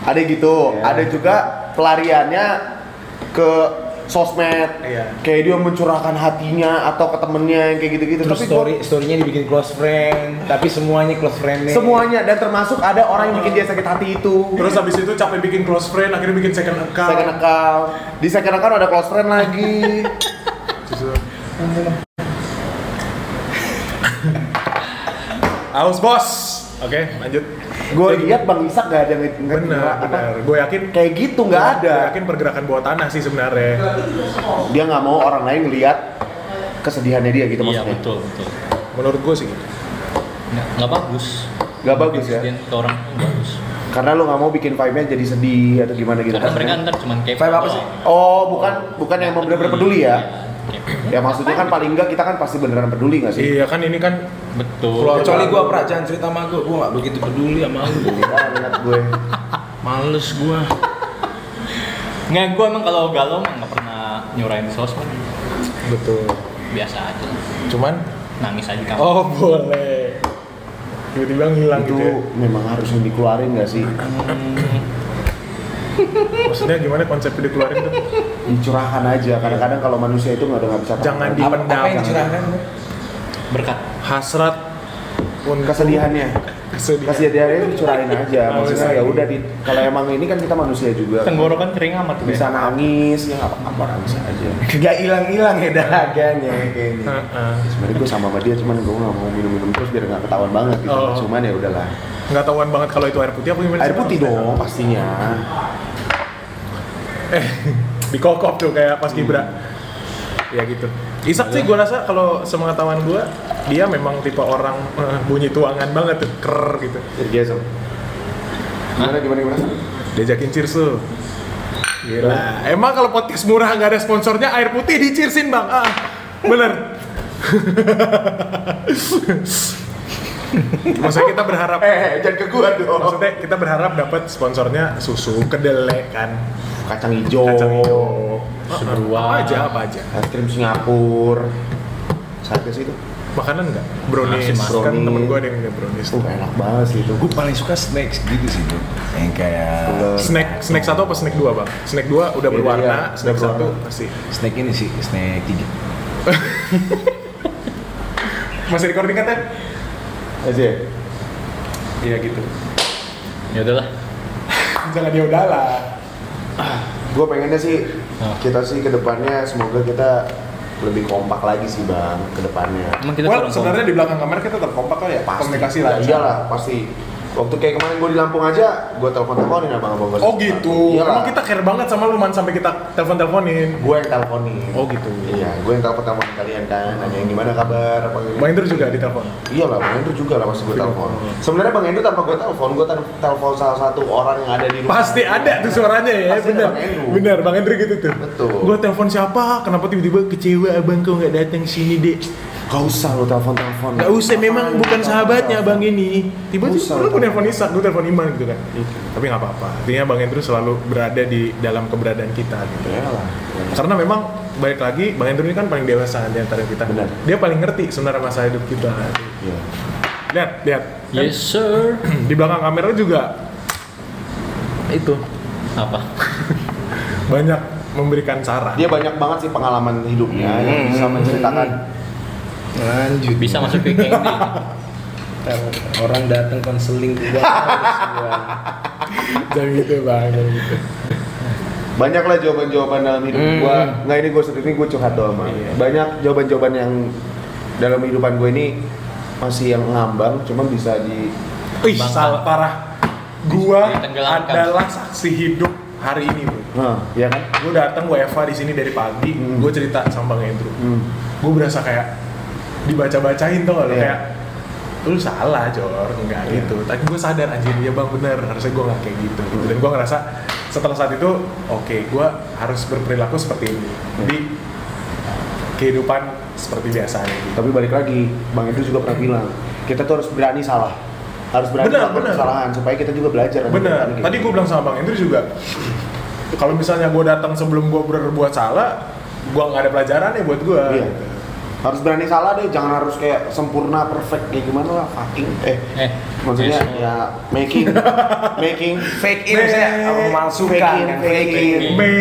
B: Ada gitu,
E: Iya.
B: ada juga pelariannya ke sosmed
A: Iya.
B: kayak dia mencurahkan hatinya atau ke temennya yang kayak gitu-gitu
E: terus
B: tapi gua-
E: story storynya dibikin close friend tapi semuanya close friend
B: semuanya dan termasuk ada orang yang bikin dia sakit hati itu
A: Terus habis itu capek bikin close friend, akhirnya bikin second account.
B: second account di second account ada close friend lagi
A: Justru. Aus bos. Oke, lanjut.
B: gue lihat bang Isak gak ada yang nge-
A: Benar,
B: apa,
A: benar. Iya, Gue yakin
B: kayak gitu nggak ada
A: Gua yakin pergerakan bawah tanah sih sebenarnya.
B: dia nggak mau orang lain ngelihat kesedihannya dia gitu
A: ya?
C: iya
B: maksudnya
C: betul betul
A: Menurut gue sih gitu.
C: nggak, nggak bagus
B: Nggak bagus ya?
C: Dia ke orang tuh bagus
B: karena lu nggak mau bikin vibe-nya jadi sedih atau gimana gitu
C: karena mereka
B: Maksudnya-
C: ntar cuman kayak
E: Vibe apa sih?
B: oh bukan bukan yang mau benar-benar peduli
C: Iya.
B: ya
C: Kepo.
B: ya maksudnya kan paling nggak kita kan pasti beneran peduli nggak sih
A: Iya kan ini kan
C: betul
A: Keluar-
E: kecuali gua pra jangan cerita sama gua gua nggak begitu peduli sama lu
B: Gila, lihat gue
E: males gua
C: nggak gue emang kalau galau mah nggak pernah nyurahin di sosmed
A: betul.
C: biasa aja
A: Cuman
C: nangis aja kamu
A: Oh boleh. Tiba-tiba ngilang
B: itu
A: gitu. Ya.
B: memang harus dikeluarin nggak sih
A: Maksudnya gimana konsep dikeluarin tuh?
B: dicurahkan aja kadang-kadang kalau manusia itu nggak ada nggak bisa apa-apa.
A: Jangan di-
E: apa, apa yang
A: Dipendam.
E: dicurahkan lu?
C: berkat
A: Hasrat untuk
B: kesedihannya
A: Kesedihan.
B: kesedihannya dicurahin aja
A: Nggak
B: maksudnya
A: usah.
B: ya udah di kalau emang ini kan kita manusia juga
C: tenggorokan kering amat tuh
B: bisa nangis ya nggak apa-apa nangis aja
E: Gak hilang-hilang ya dahaganya kayaknya.
A: Heeh.
B: sebenarnya gue sama sama dia cuman gue nggak mau minum-minum terus biar nggak ketahuan banget gitu
A: Oh.
B: cuman ya udahlah
A: Nggak tahuan banget kalau itu air putih apa gimana? sih?
B: air putih dong pastinya
A: Eh, dikokop tuh kayak pas
B: Hmm.
A: kibra. Ya gitu. Isak sih gue rasa kalau semengetahuan gue dia memang tipe orang eh, bunyi tuangan banget tuh, ker gitu.
B: biasa gimana gimana gimana
A: Diajakin cheers tuh. Gila. Nah, Emang kalau podcast murah nggak ada sponsornya air putih
B: (laughs)
A: dicirsin bang. Ah, bener. Maksudnya kita berharap
B: eh jangan ke gua dong
A: maksudnya kita berharap dapat sponsornya susu kedelai kan.
B: kacang hijau
A: Kacang hijau.
B: Oh,
C: Seruan.
A: Apa aja apa aja.
B: es krim Singapura sampai ke situ
A: Makanan enggak? Brownies.
C: Masih, Mas.
A: Kan temen
B: Brownies.
A: gua ada yang punya brownies.
B: uh enak banget sih itu
E: Gue paling suka snacks gitu sih bro. Yang kayak
A: Snack snack satu apa snack dua bang? Snack dua udah
B: Beda,
A: berwarna,
B: ya.
A: snack
B: Udah
A: satu
B: berwarna.
A: masih
E: snack ini sih, snack tiga.
A: masih recording kan? Teh?
B: aja
A: Iya gitu.
C: Ya udahlah.
A: Jangan dia udahlah.
B: gue pengennya sih
C: Nah.
B: kita sih kedepannya semoga kita lebih kompak lagi sih bang kedepannya
C: Emang kita
A: Well,
C: kurang
A: sebenarnya di belakang kamar kita tetap kompak lah ya. Komunikasi lah.
B: Ya, iyalah pasti waktu kayak kemarin gue di Lampung aja gue telepon teleponin abang abang gue
A: Oh gitu.
B: iyalah
A: Emang kita care banget sama lu man sampai kita telepon-teleponin.
B: gue yang teleponin
A: Oh gitu.
B: iya gue yang telepon teleponin kalian kan nanya yang gimana kabar apa gitu
A: Bang Hmm. Indra juga ditelepon.
B: iyalah bang Endo juga lah masih gue telepon sebenarnya bang Endo tanpa gue telepon gue tel- telepon salah satu orang yang ada di rumah
A: Pasti ada tuh suaranya ya,
B: Pasti
A: benar.
B: ada Bang Endro.
A: Benar, Bang Endri gitu tuh.
B: Betul.
A: Gua telepon siapa? Kenapa tiba-tiba kecewa abang kau nggak datang sini, Dek?
B: gak usah lo telepon telepon
A: Nggak usah, memang bukan sahabatnya abang ini.
B: Usah,
A: Tiba-tiba lu
B: Bang. Iya.
A: telepon Isak, gua telepon Iman gitu kan. Tapi nggak apa-apa. Artinya Bang Endri selalu berada di dalam keberadaan kita gitu.
B: iyalah
A: Karena memang balik lagi Bang Endri ini kan paling dewasa di antara kita.
B: Benar.
A: Dia paling ngerti sebenarnya masa hidup kita.
B: Iya.
A: Lihat, lihat. (clears throat)
C: kompak. Yes sir.
A: Di belakang kamera juga
C: Itu apa?
A: banyak memberikan saran.
B: dia banyak banget sih pengalaman hidupnya yang
A: Hmm.
B: bisa menceritakan
E: Lanjut.
C: Bisa masuk ke ini.
E: Orang datang konseling ke (laughs) gua.
A: Jangan gitu, Bang. Jangan gitu.
B: banyak lah jawaban-jawaban dalam hidup
D: Hmm.
B: gua nggak ini gue sendiri gue curhat doang Bang.
A: Iya.
B: banyak jawaban-jawaban yang dalam kehidupan gue ini masih yang ngambang cuman bisa di
A: Ih,
C: Bangsa.
A: salah parah. Gua
C: Ditenggelamkan.
A: adalah saksi hidup hari ini, Bro.
B: Hah, ya kan
A: Gue datang WFA di sini dari pagi,
B: Hmm.
A: gue cerita sama Bang Andrew.
B: hmm.
A: Gue berasa kayak dibaca-bacain tuh lo
B: Iya.
A: kayak lu salah Jor, enggak
B: Iya.
A: gitu. Tapi gue sadar anjir ya bang bener, harusnya gue nggak kayak gitu.
B: Hmm.
A: gitu. Dan gue ngerasa setelah saat itu, oke, gue harus berperilaku seperti ini
B: Hmm.
A: di kehidupan seperti biasanya. Gitu.
B: tapi balik lagi bang Edu juga pernah bilang kita tuh harus berani salah harus berani
A: Benar,
B: melakukan
A: benar.
B: kesalahan supaya kita juga belajar dari kehidupan
A: Bener.
B: kita.
A: Tadi gue bilang sama Bang Indri juga, kalau misalnya gue datang sebelum gue berbuat salah, gue nggak ada pelajaran ya buat gue.
B: Iya. harus berani salah deh jangan harus kayak sempurna perfect kayak gimana lah fucking eh
C: Eh,
B: maksudnya
C: yes, sir.
B: ya making making
D: Fake in saya
A: Fake.
D: memalsukan
B: Fake in,
D: kan,
B: fake
D: fake in.
C: in.
A: Me,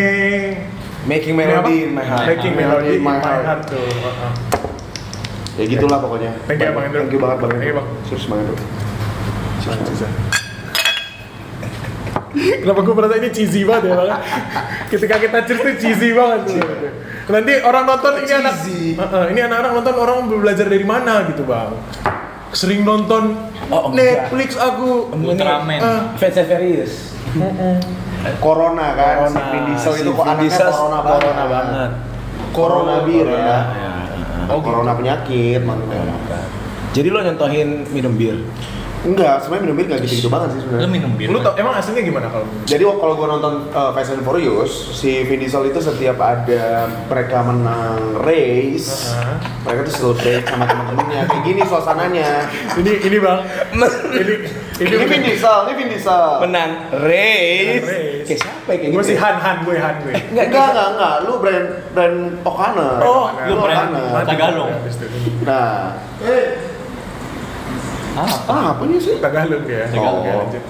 D: Making melody in my heart.
A: Making melody in my heart. tuh.
B: ya gitulah pokoknya
A: Thank you, Bang Indro.
B: thank you banget bang Eh,
A: Thank you,
B: Indro
A: Bang.
B: Cheers, bang Indro
A: Kenapa gue merasa ini cheesy banget ya bang? Ketika kita cerita cheesy banget. tuh. Nanti orang nonton ini anak, Heeh, ini anak-anak nonton orang belajar dari mana gitu bang? Sering nonton
E: Oh, enggak.
A: Netflix aku.
C: Ultraman.
A: Eh,
E: Fast and Furious.
B: corona kan
E: Corona.
B: si Vin Diesel itu
E: Si
B: kok
E: Vin
B: anaknya
E: Diesel
B: corona,
E: corona banget.
B: corona bir ya
E: Ya,
B: oh, corona penyakit maksudnya
E: Jadi lo nyontohin minum bir.
B: enggak sebenarnya minum bir nggak gitu gitu banget sih
C: Lu
B: sebenarnya
C: minum bir.
A: Lu tau emang aslinya gimana kalau?
B: Jadi wak- kalau gue nonton uh, Fast and Furious, si Vin Diesel itu setiap ada mereka menang race,
A: Heeh.
B: mereka tuh selalu race sama teman-temannya. Kayak gini suasananya.
A: Ini ini bang. ini
B: Ini Vin Diesel, ini Vin Diesel. gitu
D: Menang race.
A: Race.
D: Kayak siapa ya kayak
A: Gue sih
D: ya?
A: Han Han gue Han gue.
B: Enggak, enggak, enggak, enggak. Lu brand brand Okana.
A: Oh,
C: lu brand
B: Okana.
C: Tagalog.
B: Nah,
C: Ah,
B: ah, apa nih sih?
A: Tagalog ya.
B: Tagalog.
A: ya, lanjut.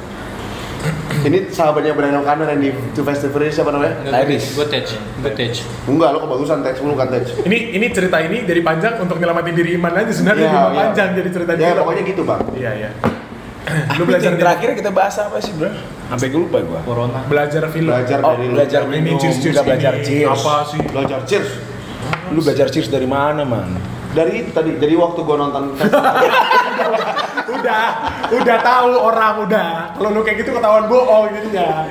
B: Ini sahabatnya brand Okana yang di Two Fast and Furious siapa namanya?
E: Iris.
C: Gue touch, gue touch.
B: Enggak, lu kebagusan Tex mulu kan Tex.
A: Ini ini cerita ini jadi panjang untuk nyelamatin diri Iman aja sebenarnya
B: Iya,
A: cuma
B: iya.
A: panjang jadi cerita
B: Ya,
A: film.
B: pokoknya gitu, Bang.
A: Iya iya.
D: Lu
A: Lu belajar
D: terakhir kita bahas apa sih, Bro?
E: Sampai gue lupa gua.
C: Corona.
A: belajar film.
B: Belajar
E: Oh,
B: dari
E: belajar
A: Ini
E: minum,
A: cheers cheers
E: nggak belajar
A: ini.
E: cheers.
A: Apa sih?
B: belajar cheers.
E: Lu belajar cheers dari mana, Man?
B: Dari itu tadi, dari waktu gua
A: (laughs)
B: nonton Fast and
A: Udah, udah tahu orang udah. Kalau lu kayak gitu ketahuan bohong jadinya.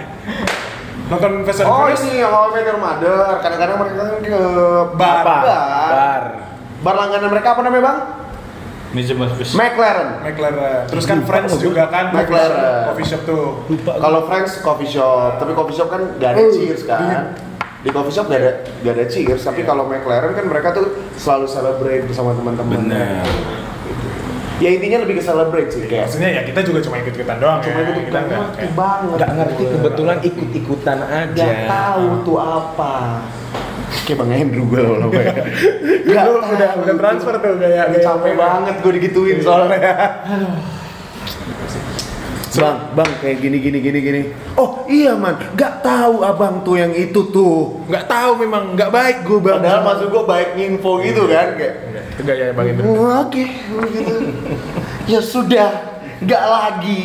A: Nonton Fast and
B: Oh
A: Furious.
B: ini yang How I Met Your Mother. Kadang-kadang mereka kan ke
A: Bar.
B: bar. Bar.
D: Bar.
B: Bar langganan mereka apa namanya bang?
C: Minum bis.
B: McLaren.
A: McLaren. Terus kan
E: Lupa
A: Friends
E: gua.
A: juga kan coffee shop-
B: McLaren.
A: coffee shop tuh.
E: Lupa. gua.
B: Kalau Friends coffee shop, tapi coffee shop kan gak
E: Oh,
B: ada cheers
E: iya.
B: kan. Di coffee shop gak ada gak ada cheers, tapi kalau McLaren kan mereka tuh selalu celebrate bersama teman-teman.
E: Bener.
B: ya intinya lebih ke celebrate sih kayak
A: Maksudnya ya kita juga cuma ikut-ikutan doang ya.
B: cuma ikut
A: Kita
B: ikutan
A: nggak
B: ngerti
A: kayak-
B: banget Iya.
E: Nggak ngerti kebetulan ikut-ikutan aja.
B: nggak tahu tuh apa Iya. kayak bang Andrew gue loh loh
A: Udah, udah, udah transfer tuh kayak
B: Udah ya. capek banget gue digituin soalnya. Bang, bang kayak gini gini gini gini. Oh iya man, nggak tahu abang tuh yang itu tuh.
A: Nggak tahu memang nggak baik gue bang.
B: Padahal maksud gue baik info gitu kan kayak.
A: Itu gaya bang itu.
B: "Oh, Oke, gitu. ya sudah, nggak lagi.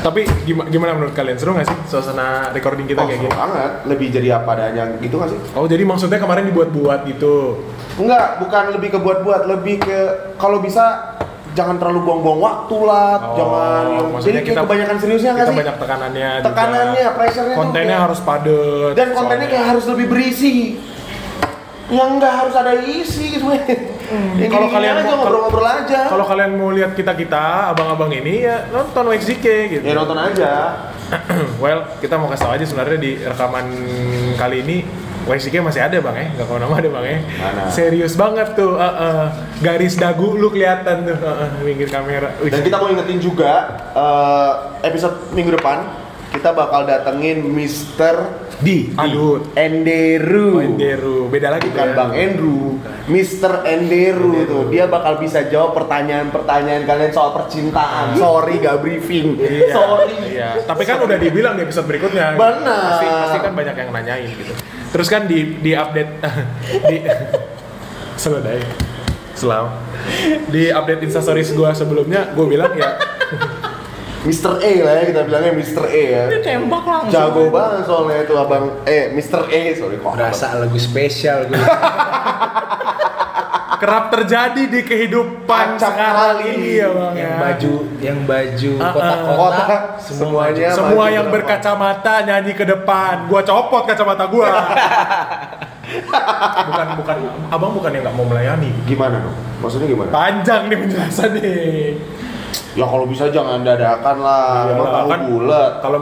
A: Tapi gimana, gimana menurut kalian seru nggak sih suasana recording kita
B: Oh,
A: kayak
B: seru
A: gini?
B: banget, lebih jadi apa adanya gitu nggak sih?
A: Oh jadi maksudnya kemarin dibuat-buat gitu.
B: Enggak, bukan lebih ke buat-buat, lebih ke kalau bisa jangan terlalu buang-buang waktu lah,
A: Oh,
B: jangan jadi
A: maksudnya
B: kayak kebanyakan seriusnya nggak
A: kita
B: sih?
A: banyak tekanannya. juga.
B: Tekanannya, pressure-nya tuh
A: Kontennya
B: kayak-
A: harus padat.
B: dan kontennya kayak harus lebih berisi yang nggak harus ada isi gitu weh. yang
A: Hmm. Kalau
B: kalau
A: kalian
B: kalian aja
A: mau-
B: ngobrol-ngobrol aja
A: kalau kalian mau lihat kita kita abang-abang ini ya nonton WXJK gitu.
B: ya nonton aja
A: (clears throat) well kita mau kasih tau aja sebenarnya di rekaman kali ini WXJK masih ada bang ya, nggak kemana-mana bang ya.
B: Mana?
A: Serius banget tuh, eh, eh. garis dagu lu kelihatan tuh eh, eh, pinggir kamera. Wih.
B: dan kita mau ingetin juga eh, episode minggu depan kita bakal datengin Mr.
A: di, Oh, aduh,
B: Enderu
A: Enderu, beda lagi
B: bukan
A: tuh ya.
B: Bang Andrew Mr. Enderu tuh dia bakal bisa jawab pertanyaan-pertanyaan kalian soal percintaan sorry gak briefing
A: Iya,
B: sorry
A: Iya. Tapi kan udah dibilang di episode berikutnya. gitu.
B: Benar.
A: Pasti, pasti kan banyak yang nanyain gitu. Terus kan di di update (laughs) di selesai. Selam. Di update instastories gua sebelumnya, gua bilang ya
B: Mr. E lah ya kita bilangnya Mr. E ya
C: (laughs) tembak langsung
B: jago banget soalnya itu abang eh Mr. E sorry kok
E: Rasa lagu spesial gue.
A: kerap terjadi di kehidupan
B: Acap
A: sekarang
B: kali.
A: ini ya bang.
E: yang
A: ya.
E: baju, yang baju
A: Ah, ah.
E: kotak-kotak.
B: kota semuanya
A: Semua
B: maju
A: yang
B: berapa.
A: berkacamata nyanyi ke depan. Gua copot kacamata gua. (laughs) bukan bukan abang bukan yang nggak mau melayani.
B: gimana dong maksudnya gimana
A: Panjang nih penjelasan nih.
B: ya kalau bisa jangan dadakan lah emang tahu
A: kan
B: bulat
A: kalau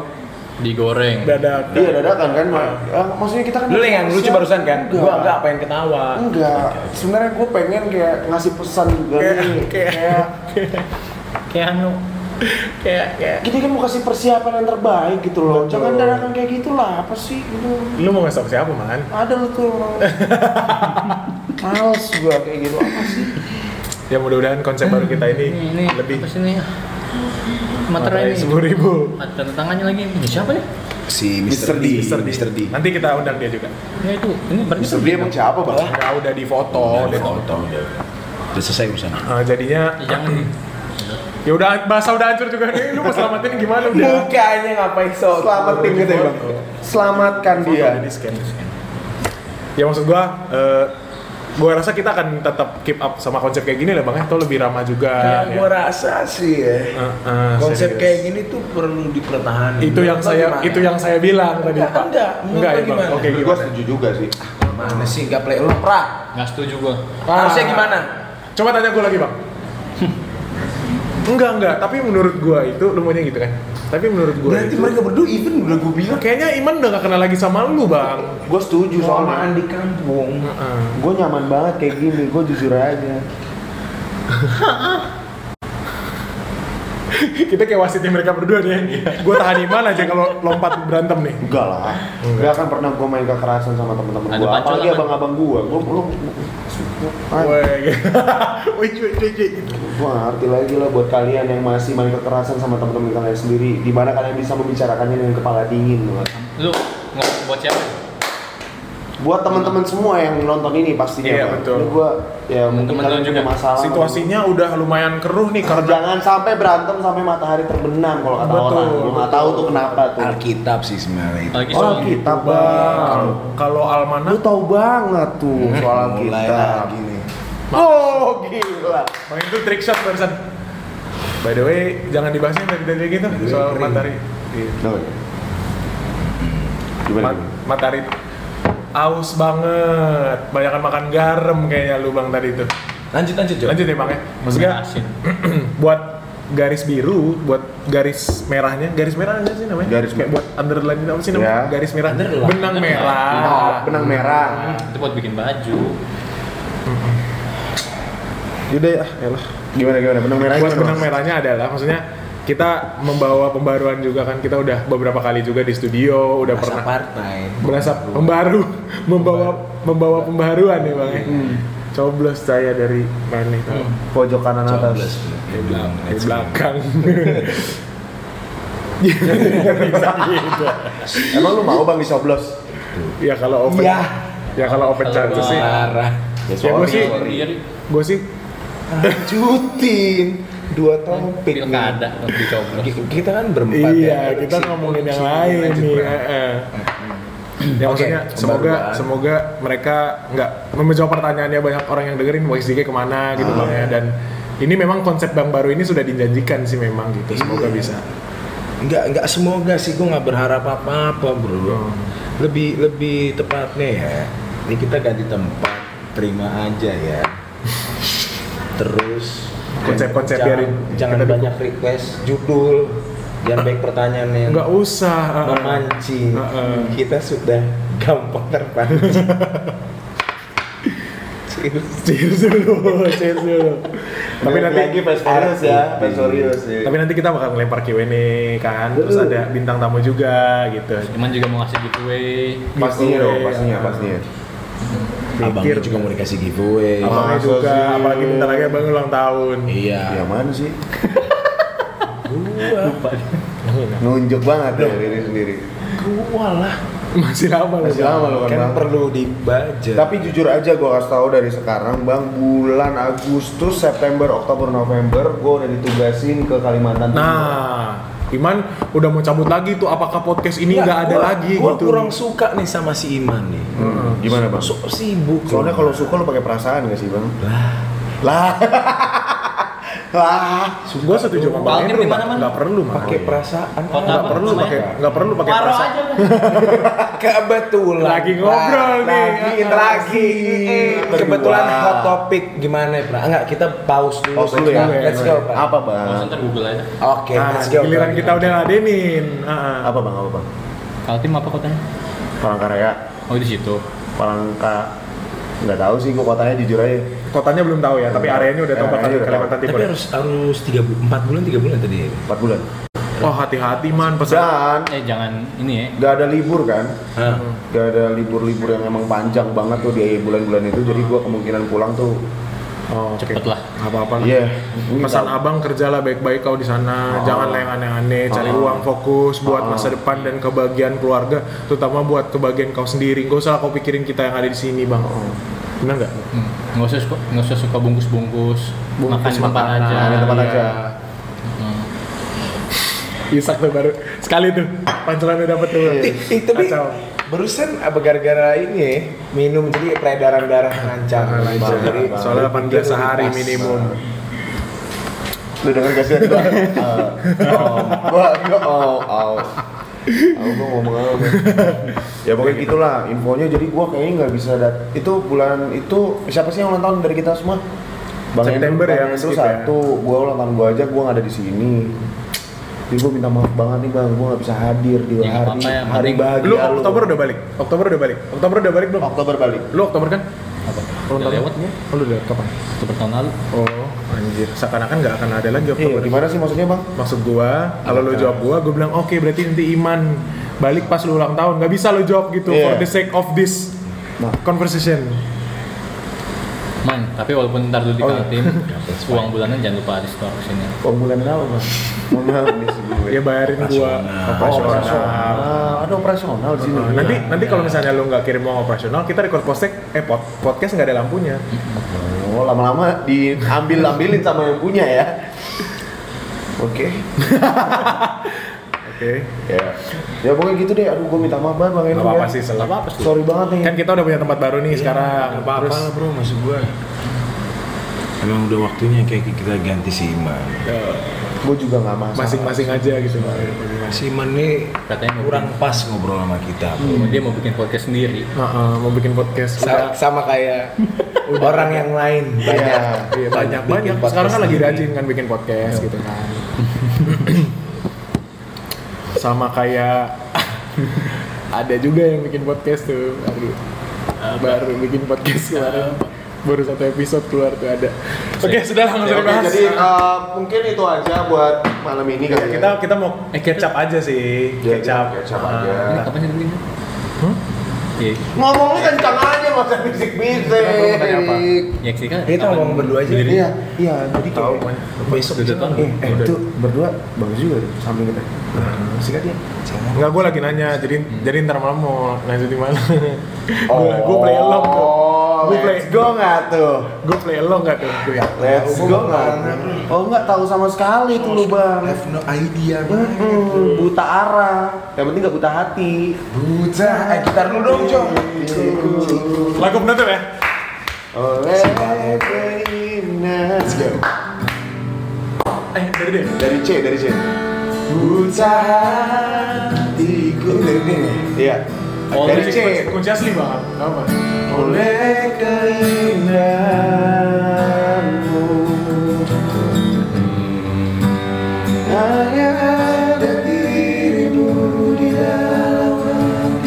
C: digoreng
A: dadakan
B: iya dadakan kan ya, maksudnya kita kan
D: Lu yang lucu barusan kan? Gua
B: Enggak.
D: enggak pengen ketawa.
B: enggak sebenarnya gue pengen kayak ngasih pesan juga
A: Kayak-
B: nih
A: kayak-
B: kayak
C: kayak anu
A: kayak kayak
B: kita kan mau kasih persiapan yang terbaik gitu loh jangan dadakan kayak gitulah apa sih gitu
A: lu mau ngesok siapa man
B: ada lu tuh orang. males gua kayak gitu apa sih
A: ya mudah-mudahan konsep baru kita ini,
C: ini
A: lebih ya,
C: apa sih ini materai ini
A: sepuluh ribu
C: ada tanda tangannya lagi ini siapa nih
E: Si
B: Mr.
E: Mr.
B: D.
E: D.
A: nanti kita undang dia juga
C: ya itu ini berarti
B: Mr. dia emang siapa bang Oh,
A: nggak udah di foto Nah,
E: Udah potong. Udah selesai urusan.
A: jadinya
C: Ya, jangan nih
A: ya udah bahasa udah hancur juga nih lu mau selamatin gimana udah
D: Mukanya ngapain so?
B: selamatin gitu ya bang selamatkan
A: Foto
B: dia
A: jadi scan ya maksud gua eh, gua rasa kita akan tetap keep up sama konsep kayak gini lah bang ya atau lebih ramah juga
D: Yang
A: ya.
D: gua rasa sih ya.
A: Eh, eh,
E: Iya, Konsep
A: serius.
E: kayak gini tuh perlu dipertahankan.
A: itu yang
D: Atau
A: saya
D: gimana?
A: itu yang saya bilang tadi
D: Enggak,
A: pak
D: enggak. Menurut
A: enggak
D: lo
A: ya bang
D: gimana?
A: oke
B: Gue
A: gimana
B: setuju juga sih
E: mana sih gak play lu
A: Ah.
E: pra.
C: nggak setuju gua
D: Harusnya gimana?
A: Coba tanya gue lagi bang. enggak enggak, tapi menurut gue itu lu maunya gitu kan. Tapi menurut gue
B: Berarti
A: itu,
B: mereka berdua even udah gue bilang
A: kayaknya Iman udah gak kenal lagi sama lu bang. Eh.
B: Gue setuju
D: Soalnya
B: soalnya
D: di kampung.
A: Heeh.
B: Gue nyaman banget kayak gini, gue jujur aja
A: Kita kayak wasitnya mereka berdua deh. gue tahan Iman aja kalau lompat berantem nih.
B: Enggak lah, enggak akan pernah gue main kekerasan sama temen-temen
C: Ada
B: gue
C: pancol
B: Apalagi
C: apa?
B: abang-abang gue, gue belum
A: Woi, (laughs) woi, cuy, cuy, cuy.
B: Gue ngerti lagi lah buat kalian yang masih main kekerasan sama temen-temen kalian sendiri Dimana kalian bisa membicarakannya dengan kepala dingin loh.
C: lu ngomong buat siapa
B: Buat teman-teman semua yang nonton ini pastinya
A: Iya,
B: Bang.
A: betul.
B: Ini gue, ya mungkin
C: Teman-teman
B: kalian punya
C: juga.
B: masalah
A: Situasinya udah lumayan keruh nih karena
B: Jangan sampai berantem sampai matahari terbenam kalau kata
A: Betul,
B: orang. Gue nggak tahu tuh kenapa tuh.
E: Alkitab sih sebenarnya itu.
C: lagi
B: Oh,
C: soal
B: kita bang.
A: Bang, kalau
B: Lu
A: almanak
B: tahu banget tuh soal
E: Mulai
B: kita.
E: lagi nih.
B: Oh gila.
A: Bang itu trick shot barusan. By the way, jangan dibahasnya yang tadi-tadi gitu soal
E: Kering.
A: matahari. Iya.
B: No. Gimana?
A: Ma- matahari aus banget banyakan makan garam kayaknya lu bang tadi itu
E: Lanjut lanjut Jo.
A: lanjut ya bang ya maksudnya
C: maksudnya asin
A: buat garis biru buat garis merahnya garis merah ada sih namanya
B: Garis
A: kayak
B: merah.
A: buat underline apa sih namanya
B: Ya.
A: garis merah
E: Underline.
A: benang
C: Underline.
A: merah
B: Ah. Oh, benang merah.
C: itu buat bikin baju
F: Yaudah ya, elah. Gimana gimana benang merahnya?
A: buat
F: Mas?
A: benang merahnya adalah maksudnya kita membawa pembaruan juga kan kita udah beberapa kali juga di studio udah pernah
E: partai
A: berasa pembaru (laughs) membawa membawa pembaruan ya bang ya. coblos saya dari mana itu
F: pojok kanan
E: coblos
F: atas.
E: Dia bilang,
A: di
E: "Let's go."
A: belakang (laughs) Bisa (laughs) gitu.
F: Emang lu mau bang dicoblos?
A: ya kalau open
F: Iya.
A: ya kalau open chance sih
C: Parah.
F: Ya
A: ya gue sih gue sih
F: Cutin dua topik nih.
C: Pilkada untuk dicoblos.
E: Ki- kita kan berempat
A: iya
E: ya.
A: kita
E: Si-
A: ngomongin yang
E: si-
A: lain
E: lanjut,
A: nih
E: Bang.
A: eh, eh. ya
E: Oke,
A: maksudnya semoga
E: pembaruan.
A: semoga mereka nggak menjawab pertanyaannya banyak orang yang dengerin YSDK kemana gitu bang ya dan ini memang konsep bank baru ini sudah dijanjikan sih memang gitu semoga bisa
E: Enggak, enggak semoga sih gue nggak berharap apa-apa bro.
A: Hmm.
E: Lebih lebih tepatnya ya, ini kita ganti tempat, terima aja ya. Terus
A: Konsep-konsep
E: jangan-
A: biarin.
E: jangan
A: Kita di-
E: banyak request judul, jangan baik pertanyaan yang
A: nggak usah eh, eh.
E: memancing.
A: Heeh.
E: Kita sudah gampang terpancing. Serius.
A: cheers dulu cheers dulu tapi
F: Balik
A: nanti Iya.
F: lagi Fast Furious ya, Fast Furious ya.
A: tapi nanti kita bakal ngelempar Q&A kan terus ada bintang tamu juga gitu
C: Cuman juga mau ngasih giveaway.
F: pastinya
A: Giveaway,
F: dong, pastinya,
A: ya.
F: pastinya.
E: Abangnya juga mau dikasih giveaway.
F: Abang-
A: Abangnya
F: Masa
A: juga,
F: sih?
A: apalagi bentar lagi abang ulang tahun
E: Iya.
F: Ya mana sih?
C: Lupa.
F: Nunjuk banget ya diri sendiri.
E: Gua lah.
A: Masih lama loh
F: Masih lama lu kan.
E: Kan
F: Bang.
E: perlu dibaca.
F: Tapi jujur aja gue kasih tahu dari sekarang Bang, bulan Agustus, September, Oktober, November gue udah ditugasin ke Kalimantan
A: Nah, Iman udah mau cabut lagi tuh apakah podcast ini
E: Nggak,
A: nggak ada
E: gua-
A: lagi
E: gua
A: gitu. Hmm.
E: kurang suka nih sama si Iman nih.
F: Timur. Hmm, Gimana Bang?
E: So, sibuk.
F: Soalnya kalau suka lu pakai perasaan gak sih Bang?
E: lah, (laughs)
F: Lah. lah.
A: Gua setuju sama Bang
C: Balkir
A: Hendro,
C: di
A: Bang.
C: mana-mana.
A: nggak perlu mah.
E: pakai perasaan.
C: Kota
A: Nggak
C: apa
A: perlu
C: namanya?
A: pakai nggak perlu pakai
C: Paro
A: perasaan.
C: aja.
F: Eh.
E: Kebetulan.
A: Lagi ngobrol
E: Lah,
A: nih.
E: Lagi
A: Ah,
E: lagi.
F: berdua.
E: Kebetulan hot topic gimana ya, Pra? Enggak, kita pause dulu.
F: Pause dulu ya.
E: Iya, Let's go, Pra.
F: Apa Bang?
C: Langsung ntar Google aja.
E: Oke,
A: Nah,
E: let's go.
A: giliran
E: Pra.
A: kita udah ngadenin. Heeh.
F: Apa Bang? Apa Bang?
C: Kaltim apa kotanya?
F: Palangkaraya,
C: Oh di situ.
F: Palangka nggak tahu sih gue kotanya jujur aja.
A: Kotanya belum tahu ya, tapi
F: Belum.
A: areanya udah tahu
F: Areanya
A: bakal
F: udah tahu.
A: Kalimantan Timur.
E: Tapi harus harus 3 4 bulan 3 bulan tadi. ya?
F: 4 bulan.
A: Oh, hati-hati man pesan.
F: Dan
C: Eh jangan ini ya.
F: nggak ada libur kan?
E: Hah.
F: Gak ada libur-libur yang emang panjang banget tuh di bulan-bulan itu. Jadi gue kemungkinan pulang tuh.
A: Oh, oke.
C: Cepet lah.
A: Nggak apa-apa lah.
F: Iya.
A: Pesan abang kerjalah baik-baik kau di sana,
E: Oh.
A: jangan lah yang aneh-aneh, cari
F: Oh.
A: uang fokus buat
F: Oh.
A: masa depan dan kebahagiaan keluarga, terutama buat kebahagiaan kau sendiri. Gak usah lah kau pikirin kita yang ada di sini bang.
E: Oh.
A: Benar nggak?
C: Hmm. Nggak usah suka nggak usah suka bungkus-bungkus. Makan di tempat aja.
F: Makan di tempat
C: Iya.
F: aja.
C: Hmm.
A: Isak tuh Iya, baru sekali tuh pancelannya dapat tuh.
E: Ih, ih, tapi
A: Kacau.
E: barusan apa gara-gara ini ya, minum jadi peredaran darah lancar.
A: Jangan Ah, lancar.
E: Bang. Jadi,
A: Soalnya 18 sehari
E: pas.
A: minimum.
F: Lu denger gak sih? (laughs) Gua, eh, oh, gua, gua, oh, oh. Aku gua ngomong apa? ya pokoknya gitulah infonya jadi gua kayaknya nggak bisa dat itu bulan itu siapa sih yang ulang tahun dari kita semua
A: September ya,
F: itu
A: skip ya.
F: satu gua ulang tahun gua aja gua nggak ada di sini jadi gua minta maaf banget nih bang gua nggak bisa hadir di
C: Ya, nggak
F: hari
C: apa-apa, yang
F: hari
C: penting
F: bahagia
A: Lu Oktober udah balik. Oktober udah balik. Oktober udah balik belum?
F: Oktober balik
A: Lu Oktober kan?
C: Apa?
A: Ulang
C: Udah
A: tahun.
C: lewat ya?
A: Oh, lu udah kapan?
C: Satu tahun lalu.
A: Oh, anjir. Seakan-akan nggak akan ada lagi
F: Iya,
A: Oktober.
F: gimana sih maksudnya bang? Iya.
A: Maksud gua, kalau lu jawab gua, gua bilang oke berarti nanti iman balik pas lu ulang tahun. Gak bisa lu jawab gitu for
F: Iya.
A: the sake of this
F: Nah.
A: conversation.
C: Man, tapi walaupun ntar dulu di
F: Oh, iya. (laughs)
C: Kaltim, uang bulanan jangan lupa di store kesini.
F: Pembulan apa bang? Mohon maaf nih sebelumnya.
A: Dia Ya, bayarin gua
E: Operasional.
F: Oh,
A: operasional.
F: operasional. Ada operasional di sini. Iya.
A: Nah, nanti nanti kalau misalnya lu nggak kirim uang operasional, kita record postek, eh pod- podcast nggak ada lampunya.
F: Oh, lama-lama diambil-ambilin sama yang punya ya. Oke.
A: Oke.
F: Ya. Ya pokoknya gitu deh. Aduh, gua minta maaf banget Bang
A: Nggak
F: Hendro
A: apa-apa
F: ya.
A: sih, selama apa
F: Sorry banget nih.
A: Kan kita udah punya tempat baru nih sekarang.
E: apa apa
A: Terus,
E: lah bro maksud gua emang udah waktunya kayak kita ganti si Iman
A: eh,
F: Gua juga nggak masalah.
A: masing-masing aja gitu.
E: si Iman nih
C: Katanya mau
E: kurang pas ngobrol sama kita bro.
F: Hmm.
C: Dia mau bikin podcast sendiri.
A: Heeh, mau bikin podcast.
E: Sa- sama (laughs) kayak orang yang lain
F: Iya.
E: banyak
A: Iya, banyak banyak.
E: Bikin podcast
A: Sekarang kan lagi
E: sendiri.
A: rajin kan bikin podcast gitu kan. (clears throat) Sama kayak (laughs) ada juga yang bikin podcast tuh. Aduh. Baru bikin podcast kemarin. baru satu episode keluar tuh ada oke sudah langsung
B: Ya,
A: dari
B: oke, jadi eh, mungkin itu aja buat malam ini kali ya.
A: kita kita mau eh, kecap aja sih
B: Iya,
A: kecap
B: kecap aja.
F: Eh.
A: Ah,
C: Kapan sih ini?
F: Hmm?
C: Iya,
B: ngomongnya kencang aja nggak usah bisik-bisik.
A: Kenapa, lu mau tanya apa?
C: iya sih kan.
E: Kita ngomong berdua aja.
B: Iya,
E: iya. Jadi
B: Tahu,
E: kayak besok
C: Udah
E: besok.
C: tahu.
E: Eh, eh, itu berdua bagus juga tuh samping kita. Sikat ya.
A: Enggak, gue lagi nanya, jadi jadi ntar malam mau lanjut di mana?
B: Oh,
A: gue play along tuh. Gua play-
B: let's go nggak tuh?
A: Gue play along gak tuh? Gue ya.
B: Let's
E: Gua
B: go
E: nggak
B: nggak?
E: pernah
B: tuh? Oh nggak tahu sama sekali tuh lu bang.
E: Have no idea
F: Hmm,
B: Mm-mm, buta arah. Yang penting nggak buta hati.
E: Buta. Eh, gitar dulu dong, Jong. Iya.
A: Lagu penutup ya?
B: Oleh Reina.
A: Eh, dari deh.
B: Dari C, dari C. Buta hatiku. Dari D. Iya.
A: Oh,
B: dari C.
A: Kunci asli banget. Apa?
B: Oleh keindahanmu Hanya ada dirimu di dalam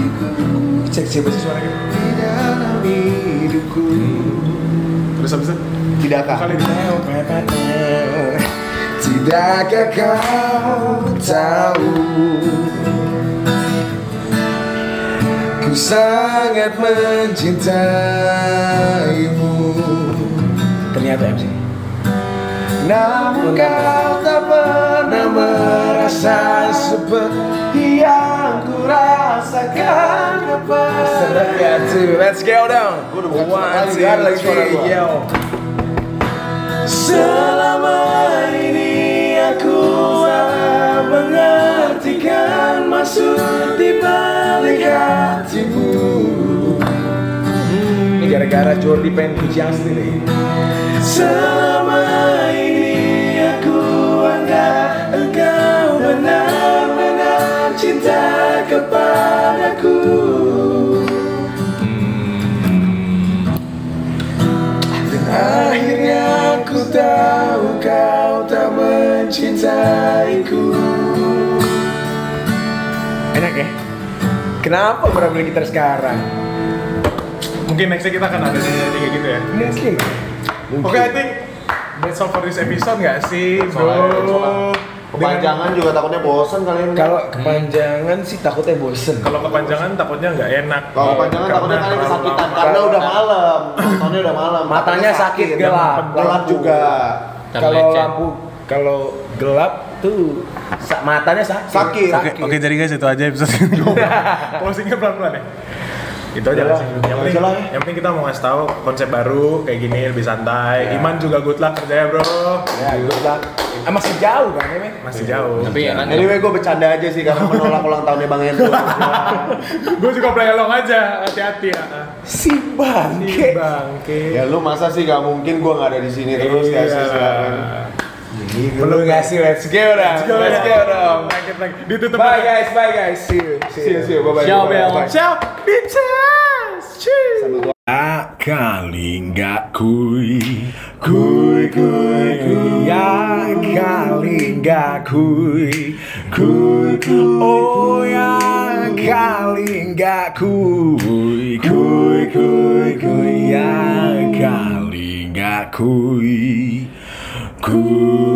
A: Cek siapa sih suaranya?
B: Di dalam hidupku
A: Terus habis itu?
B: Tidakkah?
A: Kali ini.
B: Tidakkah kau tahu Ku sangat mencintaimu
E: Ternyata MC.
B: Namun kau tak pernah merasa seperti yang ku rasakan apa
E: Sedap ya, cuy. Let's go down.
B: Gua udah bukan
E: One,
B: sekali,
E: two,
B: kan, lagi suara
E: three,
B: gua.
E: yo.
B: Selama ini aku salah mengartikan maksud di balik hatimu
E: Ini gara-gara Jordi pengen kujang sendiri.
B: Selama ini aku anggap engkau benar-benar cinta kepadaku Dan akhirnya aku tahu kau tak mencintaiku
E: Enak ya? Kenapa baru beli gitar sekarang?
A: Mungkin nextnya kita akan ada nyanyi kayak gitu ya.
E: Mungkin.
A: Oke, I think that's all for this episode nggak sih,
B: Soalnya, soalnya.
A: bro? Dengan-
B: juga takutnya bosen ya, kalian
E: Kalau kepanjangan sih takutnya bosen.
A: kalau kepanjangan takutnya nggak enak.
B: Kalau kepanjangan
A: Karena
B: takutnya kalian
A: terlalu
B: kesakitan
A: lama.
B: karena udah malam. Nontonnya udah malam.
E: Matanya sakit gelap.
B: Gelap juga.
E: Kalau lampu kalau gelap tuh sa- matanya sakit.
B: Sakit.
A: Oke, oke jadi guys itu aja episode kedua. Closingnya pelan-pelan ya. Itu aja lah.
B: Udah lah,
A: Yang
B: udah
A: penting,
B: lah ya.
A: yang penting kita mau ngasih tahu konsep baru kayak gini lebih santai.
B: Iya.
A: Iman juga good luck kerjanya bro.
B: Ya, gelap.
E: Ah, masih jauh kan ya, men?
B: Iya.
A: Masih jauh.
C: Tapi ya kan.
B: Anyway, gue bercanda aja sih karena menolak ulang tahunnya Bang Hendro. (laughs)
A: gue juga play along aja. Hati-hati ya.
E: Si
A: Si
E: bangke.
A: bangke.
B: ya lu masa sih gak mungkin gue gak ada di sini terus
A: Iya.
B: ya sih sekarang.
E: Belum ngasih let's go dong.
A: Let's go,
E: Let's
A: ya.
E: go dong.
A: Bangkit lagi. Ditutup.
E: Bye guys, bye guys. See you.
B: See you, see you. Bye-bye.
C: Ciao,
B: Bye-bye.
C: Bel.
A: Ciao, bitches. Cheers.
E: Tak kali nggak kui Kui kui kui Ya kali nggak kui Kui kui Oh ya kali nggak kui Kui kui kui Ya kali nggak kui Kui